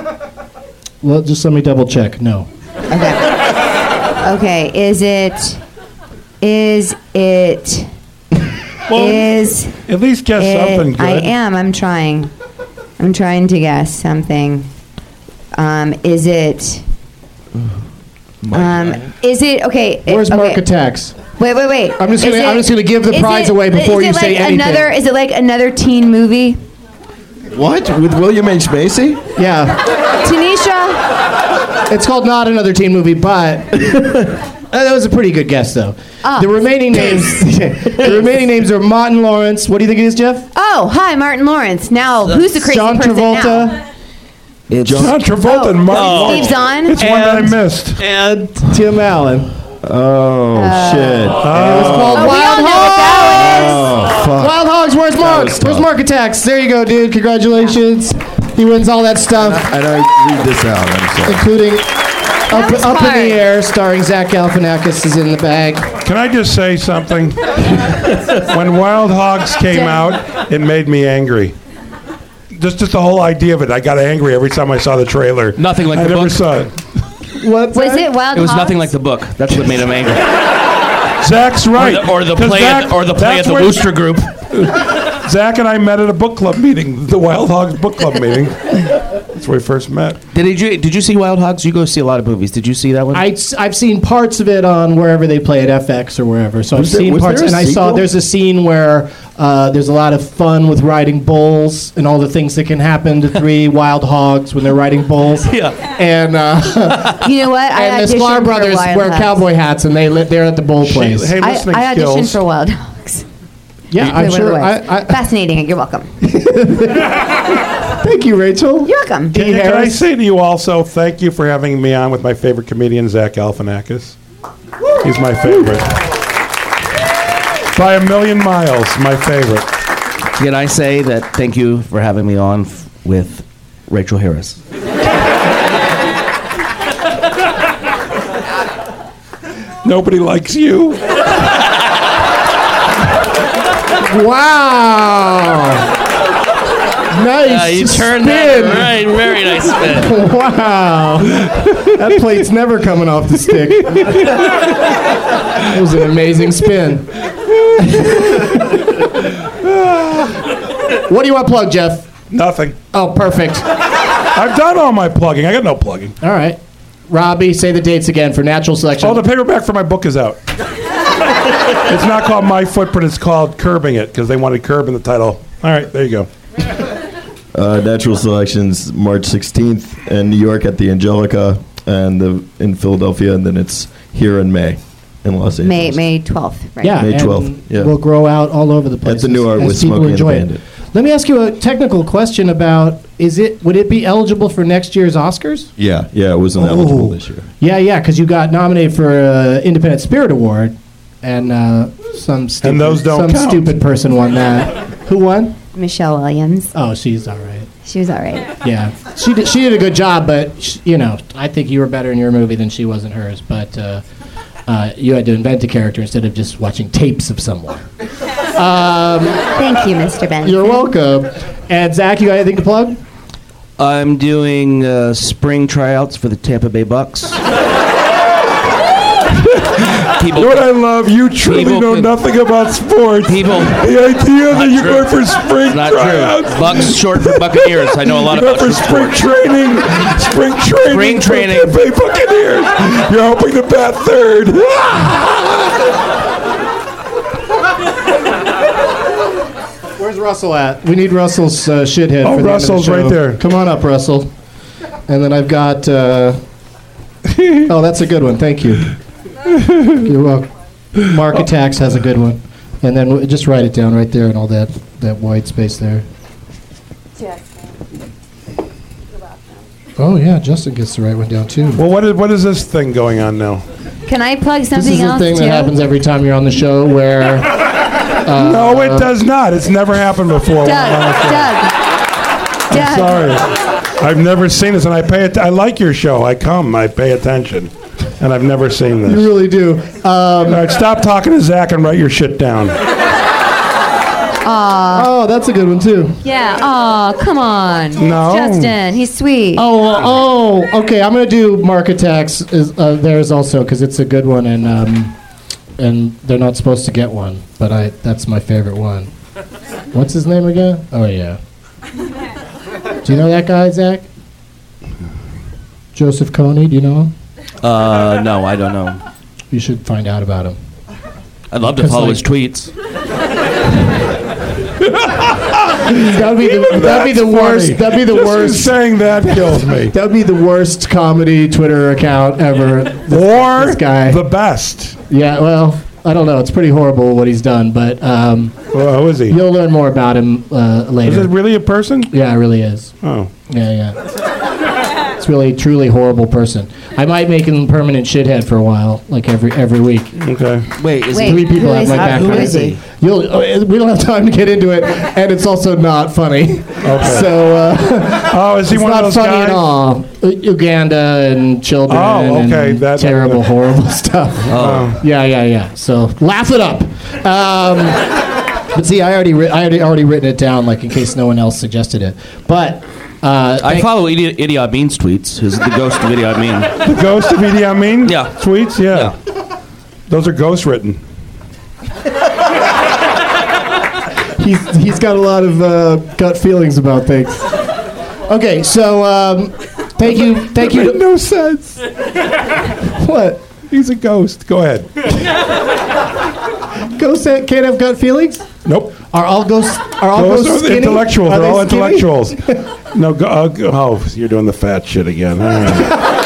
[SPEAKER 2] well, just let me double check. No,
[SPEAKER 3] okay, is it, is it, is
[SPEAKER 6] At least guess
[SPEAKER 2] Eh,
[SPEAKER 3] it-
[SPEAKER 6] something good.
[SPEAKER 3] Eh, I am, I'm trying. I'm trying to guess something. Um, is it, um, is it, okay. it-
[SPEAKER 2] where's Mark
[SPEAKER 3] Eh, okay.
[SPEAKER 2] Attacks?
[SPEAKER 3] Wait, wait, wait.
[SPEAKER 2] I'm just
[SPEAKER 3] Is
[SPEAKER 2] gonna- I'm just gonna give the
[SPEAKER 3] is
[SPEAKER 2] prize away before
[SPEAKER 3] is
[SPEAKER 2] you
[SPEAKER 3] it
[SPEAKER 2] say
[SPEAKER 3] like
[SPEAKER 2] anything.
[SPEAKER 3] Another, is it like another teen movie?
[SPEAKER 5] What with William H Macy?
[SPEAKER 2] Yeah,
[SPEAKER 3] Tanisha?
[SPEAKER 2] it's called not another teen movie, but Uh, that was a pretty good guess though.
[SPEAKER 3] Ah.
[SPEAKER 2] The remaining names, the remaining names are Martin Lawrence. What do you think it is, Jeff?
[SPEAKER 3] Oh, hi, Martin Lawrence. Now, who's the crazy
[SPEAKER 2] John
[SPEAKER 3] person
[SPEAKER 2] Travolta.
[SPEAKER 3] now?
[SPEAKER 12] It's
[SPEAKER 6] John Travolta
[SPEAKER 2] Oh,
[SPEAKER 6] and Martin Lawrence.
[SPEAKER 3] Steve's on.
[SPEAKER 6] It's one that I
[SPEAKER 2] And-
[SPEAKER 6] missed.
[SPEAKER 2] and Tim Allen.
[SPEAKER 5] Oh shit!
[SPEAKER 2] It's called
[SPEAKER 3] Oh, we all
[SPEAKER 2] Wild
[SPEAKER 3] know what
[SPEAKER 2] Hogs.
[SPEAKER 3] that
[SPEAKER 5] Oh fuck!
[SPEAKER 2] Wild Hogs. Where's Mark?
[SPEAKER 5] was
[SPEAKER 2] Where's
[SPEAKER 5] tough.
[SPEAKER 2] Mark Attacks? There you go, dude. Congratulations. He wins all that stuff,
[SPEAKER 13] And I read this out. I'm sorry.
[SPEAKER 2] including up,
[SPEAKER 14] was
[SPEAKER 2] up in
[SPEAKER 14] hard.
[SPEAKER 2] the air, starring Zach Galifianakis is in the bag.
[SPEAKER 6] Can I just say something? when Wild Hogs came out, it made me angry. Just, just the whole idea of it. I got angry every time I saw the trailer. Nothing like I the never saw it.
[SPEAKER 2] What
[SPEAKER 3] was it? Wild
[SPEAKER 5] It was
[SPEAKER 3] Hogs?
[SPEAKER 5] nothing like the book. That's what made him angry.
[SPEAKER 6] Zach's right.
[SPEAKER 5] Or the, or the
[SPEAKER 6] 'Cause
[SPEAKER 5] play,
[SPEAKER 6] Zach-
[SPEAKER 5] at, or the play at
[SPEAKER 6] that's
[SPEAKER 5] the
[SPEAKER 6] where-
[SPEAKER 5] Wooster Group.
[SPEAKER 6] Zach and I met at a book club meeting, the Wild Hogs book club meeting. That's where we first met.
[SPEAKER 5] Did you did you see Wild Hogs? You go see a lot of movies. Did you see that one?
[SPEAKER 2] I, have seen parts of it on wherever they play at FX or wherever. So
[SPEAKER 13] Was
[SPEAKER 2] I've
[SPEAKER 13] there-
[SPEAKER 2] seen
[SPEAKER 13] was
[SPEAKER 2] parts,
[SPEAKER 13] there a
[SPEAKER 2] and I saw
[SPEAKER 13] sequel?
[SPEAKER 2] there's a scene where uh, there's a lot of fun with riding bulls and all the things that can happen to three wild hogs when they're riding bulls.
[SPEAKER 5] Yeah.
[SPEAKER 2] And uh,
[SPEAKER 15] You know what? I
[SPEAKER 2] and the
[SPEAKER 15] auditioned
[SPEAKER 2] Sklar
[SPEAKER 15] for
[SPEAKER 2] brothers
[SPEAKER 15] Wild
[SPEAKER 2] wear
[SPEAKER 15] Hogs.
[SPEAKER 2] cowboy hats, and they li- they're at the bull place.
[SPEAKER 6] Hey,
[SPEAKER 15] I,
[SPEAKER 6] listening
[SPEAKER 15] I auditioned
[SPEAKER 6] skills.
[SPEAKER 15] for Wild Hogs.
[SPEAKER 2] yeah, I'm
[SPEAKER 15] Wait, wait,
[SPEAKER 2] sure.
[SPEAKER 15] wait.
[SPEAKER 2] I, I,
[SPEAKER 15] Fascinating. You're welcome.
[SPEAKER 2] thank you, Rachel.
[SPEAKER 15] You're welcome.
[SPEAKER 2] Dean
[SPEAKER 6] Can I
[SPEAKER 2] Harris.
[SPEAKER 6] say to you also, thank you for having me on with my favorite comedian, Zach Galifianakis. He's my favorite. By a million miles, my favorite.
[SPEAKER 5] Can I say that? Thank you for having me on f- with Rachel Harris.
[SPEAKER 6] Nobody likes you.
[SPEAKER 2] Wow. Nice. spin.
[SPEAKER 5] right, very nice spin.
[SPEAKER 2] Wow. That plate's never coming off the stick. It was an amazing spin. what do you want to plug, Jeff?
[SPEAKER 6] Nothing.
[SPEAKER 2] Oh, perfect.
[SPEAKER 6] I've done all my plugging. I got no plugging.
[SPEAKER 2] All right. Robbie, say the dates again for natural selection.
[SPEAKER 6] Oh, the paperback for my book is out. it's not called My Footprint, it's called Curbing It, because they wanted curb in the title. All right, there you go.
[SPEAKER 13] Uh, Natural Selections, March 16th in New York at the Angelica, and the, in Philadelphia, and then it's here in May in Los Angeles.
[SPEAKER 3] May May twelfth, right?
[SPEAKER 2] yeah,
[SPEAKER 13] May
[SPEAKER 2] and
[SPEAKER 13] 12th, yeah.
[SPEAKER 2] Will grow out all over the place.
[SPEAKER 13] the New Art
[SPEAKER 2] as
[SPEAKER 13] with
[SPEAKER 2] people
[SPEAKER 13] Smokey and the
[SPEAKER 2] enjoy it.
[SPEAKER 13] Bandit.
[SPEAKER 2] Let me ask you a technical question about is it would it be eligible for next year's Oscars?
[SPEAKER 13] Yeah, yeah, it wasn't
[SPEAKER 6] Oh.
[SPEAKER 13] eligible this year.
[SPEAKER 2] Yeah, yeah, because you got nominated for uh, Independent Spirit Award, and uh, some stupid,
[SPEAKER 6] those don't
[SPEAKER 2] some
[SPEAKER 6] count.
[SPEAKER 2] stupid person won that. Who won?
[SPEAKER 3] Michelle Williams.
[SPEAKER 2] Oh, she's all right.
[SPEAKER 3] She was all right.
[SPEAKER 2] Yeah, she did. She did a good job, but sh you know, I think you were better in your movie than she was in hers. But uh, uh, you had to invent a character instead of just watching tapes of someone.
[SPEAKER 3] Thank you, Mr. Benson.
[SPEAKER 2] You're welcome. And Zach, you got anything to plug?
[SPEAKER 5] I'm doing uh, spring tryouts for the Tampa Bay Bucks. people,
[SPEAKER 6] You know what I love? You truly
[SPEAKER 5] People
[SPEAKER 6] know
[SPEAKER 5] could-
[SPEAKER 6] nothing about sports.
[SPEAKER 5] people.
[SPEAKER 6] The idea that you're going for spring
[SPEAKER 5] It's not
[SPEAKER 6] tryouts.
[SPEAKER 5] true. Bucks short for Buccaneers. I know a lot
[SPEAKER 6] You're
[SPEAKER 5] about
[SPEAKER 6] for
[SPEAKER 5] your
[SPEAKER 6] spring
[SPEAKER 5] sport.
[SPEAKER 6] training. Spring training.
[SPEAKER 5] Spring
[SPEAKER 6] for
[SPEAKER 5] training.
[SPEAKER 6] Tampa Bay Buccaneers. You're hoping to bat third.
[SPEAKER 2] Where's Russell at? We need Russell's uh, shithead.
[SPEAKER 6] Oh,
[SPEAKER 2] for the end of the
[SPEAKER 6] Russell's
[SPEAKER 2] show.
[SPEAKER 6] right there.
[SPEAKER 2] Come on up, Russell. And then I've got. Uh, oh, that's a good one. Thank you. You're welcome. Mark
[SPEAKER 6] Oh.
[SPEAKER 2] Attacks has a good one. And then w- just write it down right there and all that, that white space there. Oh, yeah. Justin gets the right one down, too.
[SPEAKER 6] well, what is, what is this thing going on now?
[SPEAKER 3] Can I plug
[SPEAKER 2] This
[SPEAKER 3] something
[SPEAKER 2] is the
[SPEAKER 3] else
[SPEAKER 2] thing
[SPEAKER 3] too?
[SPEAKER 2] that happens every time you're on the show where.
[SPEAKER 6] no, it does not. It's never happened before.
[SPEAKER 3] Doug, Doug, Doug.
[SPEAKER 6] Sorry. I've never seen this, and I pay. Att- I like your show. I come. I pay attention, and I've never seen this.
[SPEAKER 2] You really do. Um,
[SPEAKER 6] All right, stop talking to Zach and write your shit down.
[SPEAKER 2] oh, that's a good one, too.
[SPEAKER 3] Yeah. Oh, come on.
[SPEAKER 6] No.
[SPEAKER 3] Justin, he's sweet.
[SPEAKER 2] Oh, well, oh, okay. I'm gonna do Mark Attacks is, uh, theirs also because it's a good one, and um, and they're not supposed to get one, but I that's my favorite one. What's his name again? Oh yeah. Do you know that guy, Zach? Joseph Coney. Do you know him?
[SPEAKER 5] Uh, no, I don't know.
[SPEAKER 2] You should find out about him.
[SPEAKER 5] I'd love to
[SPEAKER 2] 'Cause,
[SPEAKER 5] follow
[SPEAKER 2] like-
[SPEAKER 5] his tweets.
[SPEAKER 2] That'd be the, that'd be the worst. That'd be the
[SPEAKER 6] Just you
[SPEAKER 2] worst.
[SPEAKER 6] saying that kills me.
[SPEAKER 2] That'd be the worst comedy Twitter account ever.
[SPEAKER 6] or
[SPEAKER 2] this guy.
[SPEAKER 6] the best.
[SPEAKER 2] Yeah, well, I don't know. It's pretty horrible what he's done, but um,
[SPEAKER 6] Well, who is he?
[SPEAKER 2] you'll learn more about him uh,
[SPEAKER 6] Is
[SPEAKER 2] later.
[SPEAKER 6] it really a person?
[SPEAKER 2] yeah, it really is.
[SPEAKER 6] Oh,
[SPEAKER 2] Yeah, yeah. it's really truly horrible person. I might make him permanent shithead for a while, like every every week.
[SPEAKER 6] Okay.
[SPEAKER 5] Wait, is
[SPEAKER 2] three people have
[SPEAKER 5] at
[SPEAKER 2] my back.
[SPEAKER 5] Who is he?
[SPEAKER 2] You'll, oh, we don't have time to get into it, and it's also not funny. Okay. So. Uh,
[SPEAKER 6] oh, is he
[SPEAKER 2] it's
[SPEAKER 6] one
[SPEAKER 2] not
[SPEAKER 6] of those
[SPEAKER 2] funny
[SPEAKER 6] guys?
[SPEAKER 2] at all. U- Uganda and children.
[SPEAKER 6] Oh, okay,
[SPEAKER 2] And
[SPEAKER 6] that's-
[SPEAKER 2] terrible, horrible stuff. Um,
[SPEAKER 6] Oh.
[SPEAKER 2] Yeah, yeah, yeah. So laugh it up. Um, but see, I already, ri- I already already written it down, like in case no one else suggested it. But uh,
[SPEAKER 5] I follow Idi, Idi Amin's tweets. Is the ghost of Idi Amin?
[SPEAKER 6] The ghost of Idi Amin
[SPEAKER 5] Yeah.
[SPEAKER 6] tweets? Yeah. Those are ghost written.
[SPEAKER 2] he's he's got a lot of uh, gut feelings about things. Okay, so um, thank you, thank you.
[SPEAKER 6] no sense.
[SPEAKER 2] What?
[SPEAKER 6] He's a ghost. Go ahead.
[SPEAKER 2] Ghosts that can't have gut feelings.
[SPEAKER 6] Nope.
[SPEAKER 2] Are all ghosts? Are all
[SPEAKER 6] Those
[SPEAKER 2] ghosts,
[SPEAKER 6] are the
[SPEAKER 2] skinny?
[SPEAKER 6] intellectuals.
[SPEAKER 2] Are
[SPEAKER 6] They're
[SPEAKER 2] they
[SPEAKER 6] all
[SPEAKER 2] skinny?
[SPEAKER 6] intellectuals. no, go, uh, go- oh, you're doing the fat shit again. All right.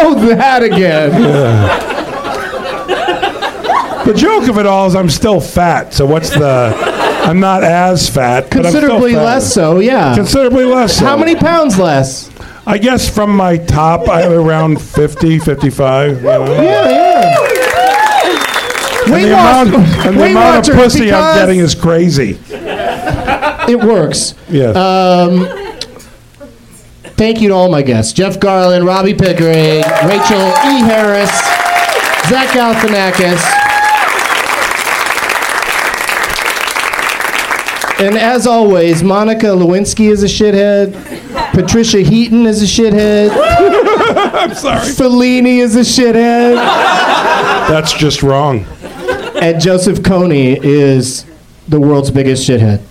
[SPEAKER 2] Oh, that again.
[SPEAKER 6] the joke of it all is I'm still fat. So what's the? I'm not as fat. but I'm still
[SPEAKER 2] Considerably
[SPEAKER 6] fatter.
[SPEAKER 2] less so, yeah.
[SPEAKER 6] Considerably less.
[SPEAKER 2] How
[SPEAKER 6] so.
[SPEAKER 2] many pounds less?
[SPEAKER 6] I guess from my top, I'm around 50, 55. You know?
[SPEAKER 2] Yeah, yeah.
[SPEAKER 6] And
[SPEAKER 2] Weight
[SPEAKER 6] the
[SPEAKER 2] loss,
[SPEAKER 6] amount, and the
[SPEAKER 2] Weight
[SPEAKER 6] amount of
[SPEAKER 2] Watchers,
[SPEAKER 6] pussy I'm
[SPEAKER 2] because
[SPEAKER 6] getting is crazy.
[SPEAKER 2] It works.
[SPEAKER 6] Yes.
[SPEAKER 2] Thank you to all my guests Jeff Garland, Robbie Pickering, Rachel E. Harris, Zach Galifianakis. And as always, Monica Lewinsky is a shithead. Patricia Heaton is a shithead.
[SPEAKER 6] I'm sorry.
[SPEAKER 2] Fellini is a shithead.
[SPEAKER 6] That's just wrong.
[SPEAKER 2] And Joseph Coney is the world's biggest shithead.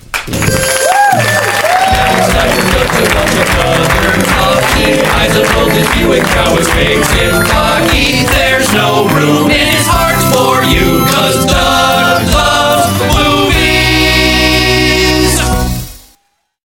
[SPEAKER 1] eyes of both of you and cowards makes it foggy. There's no room in his heart for you, cause the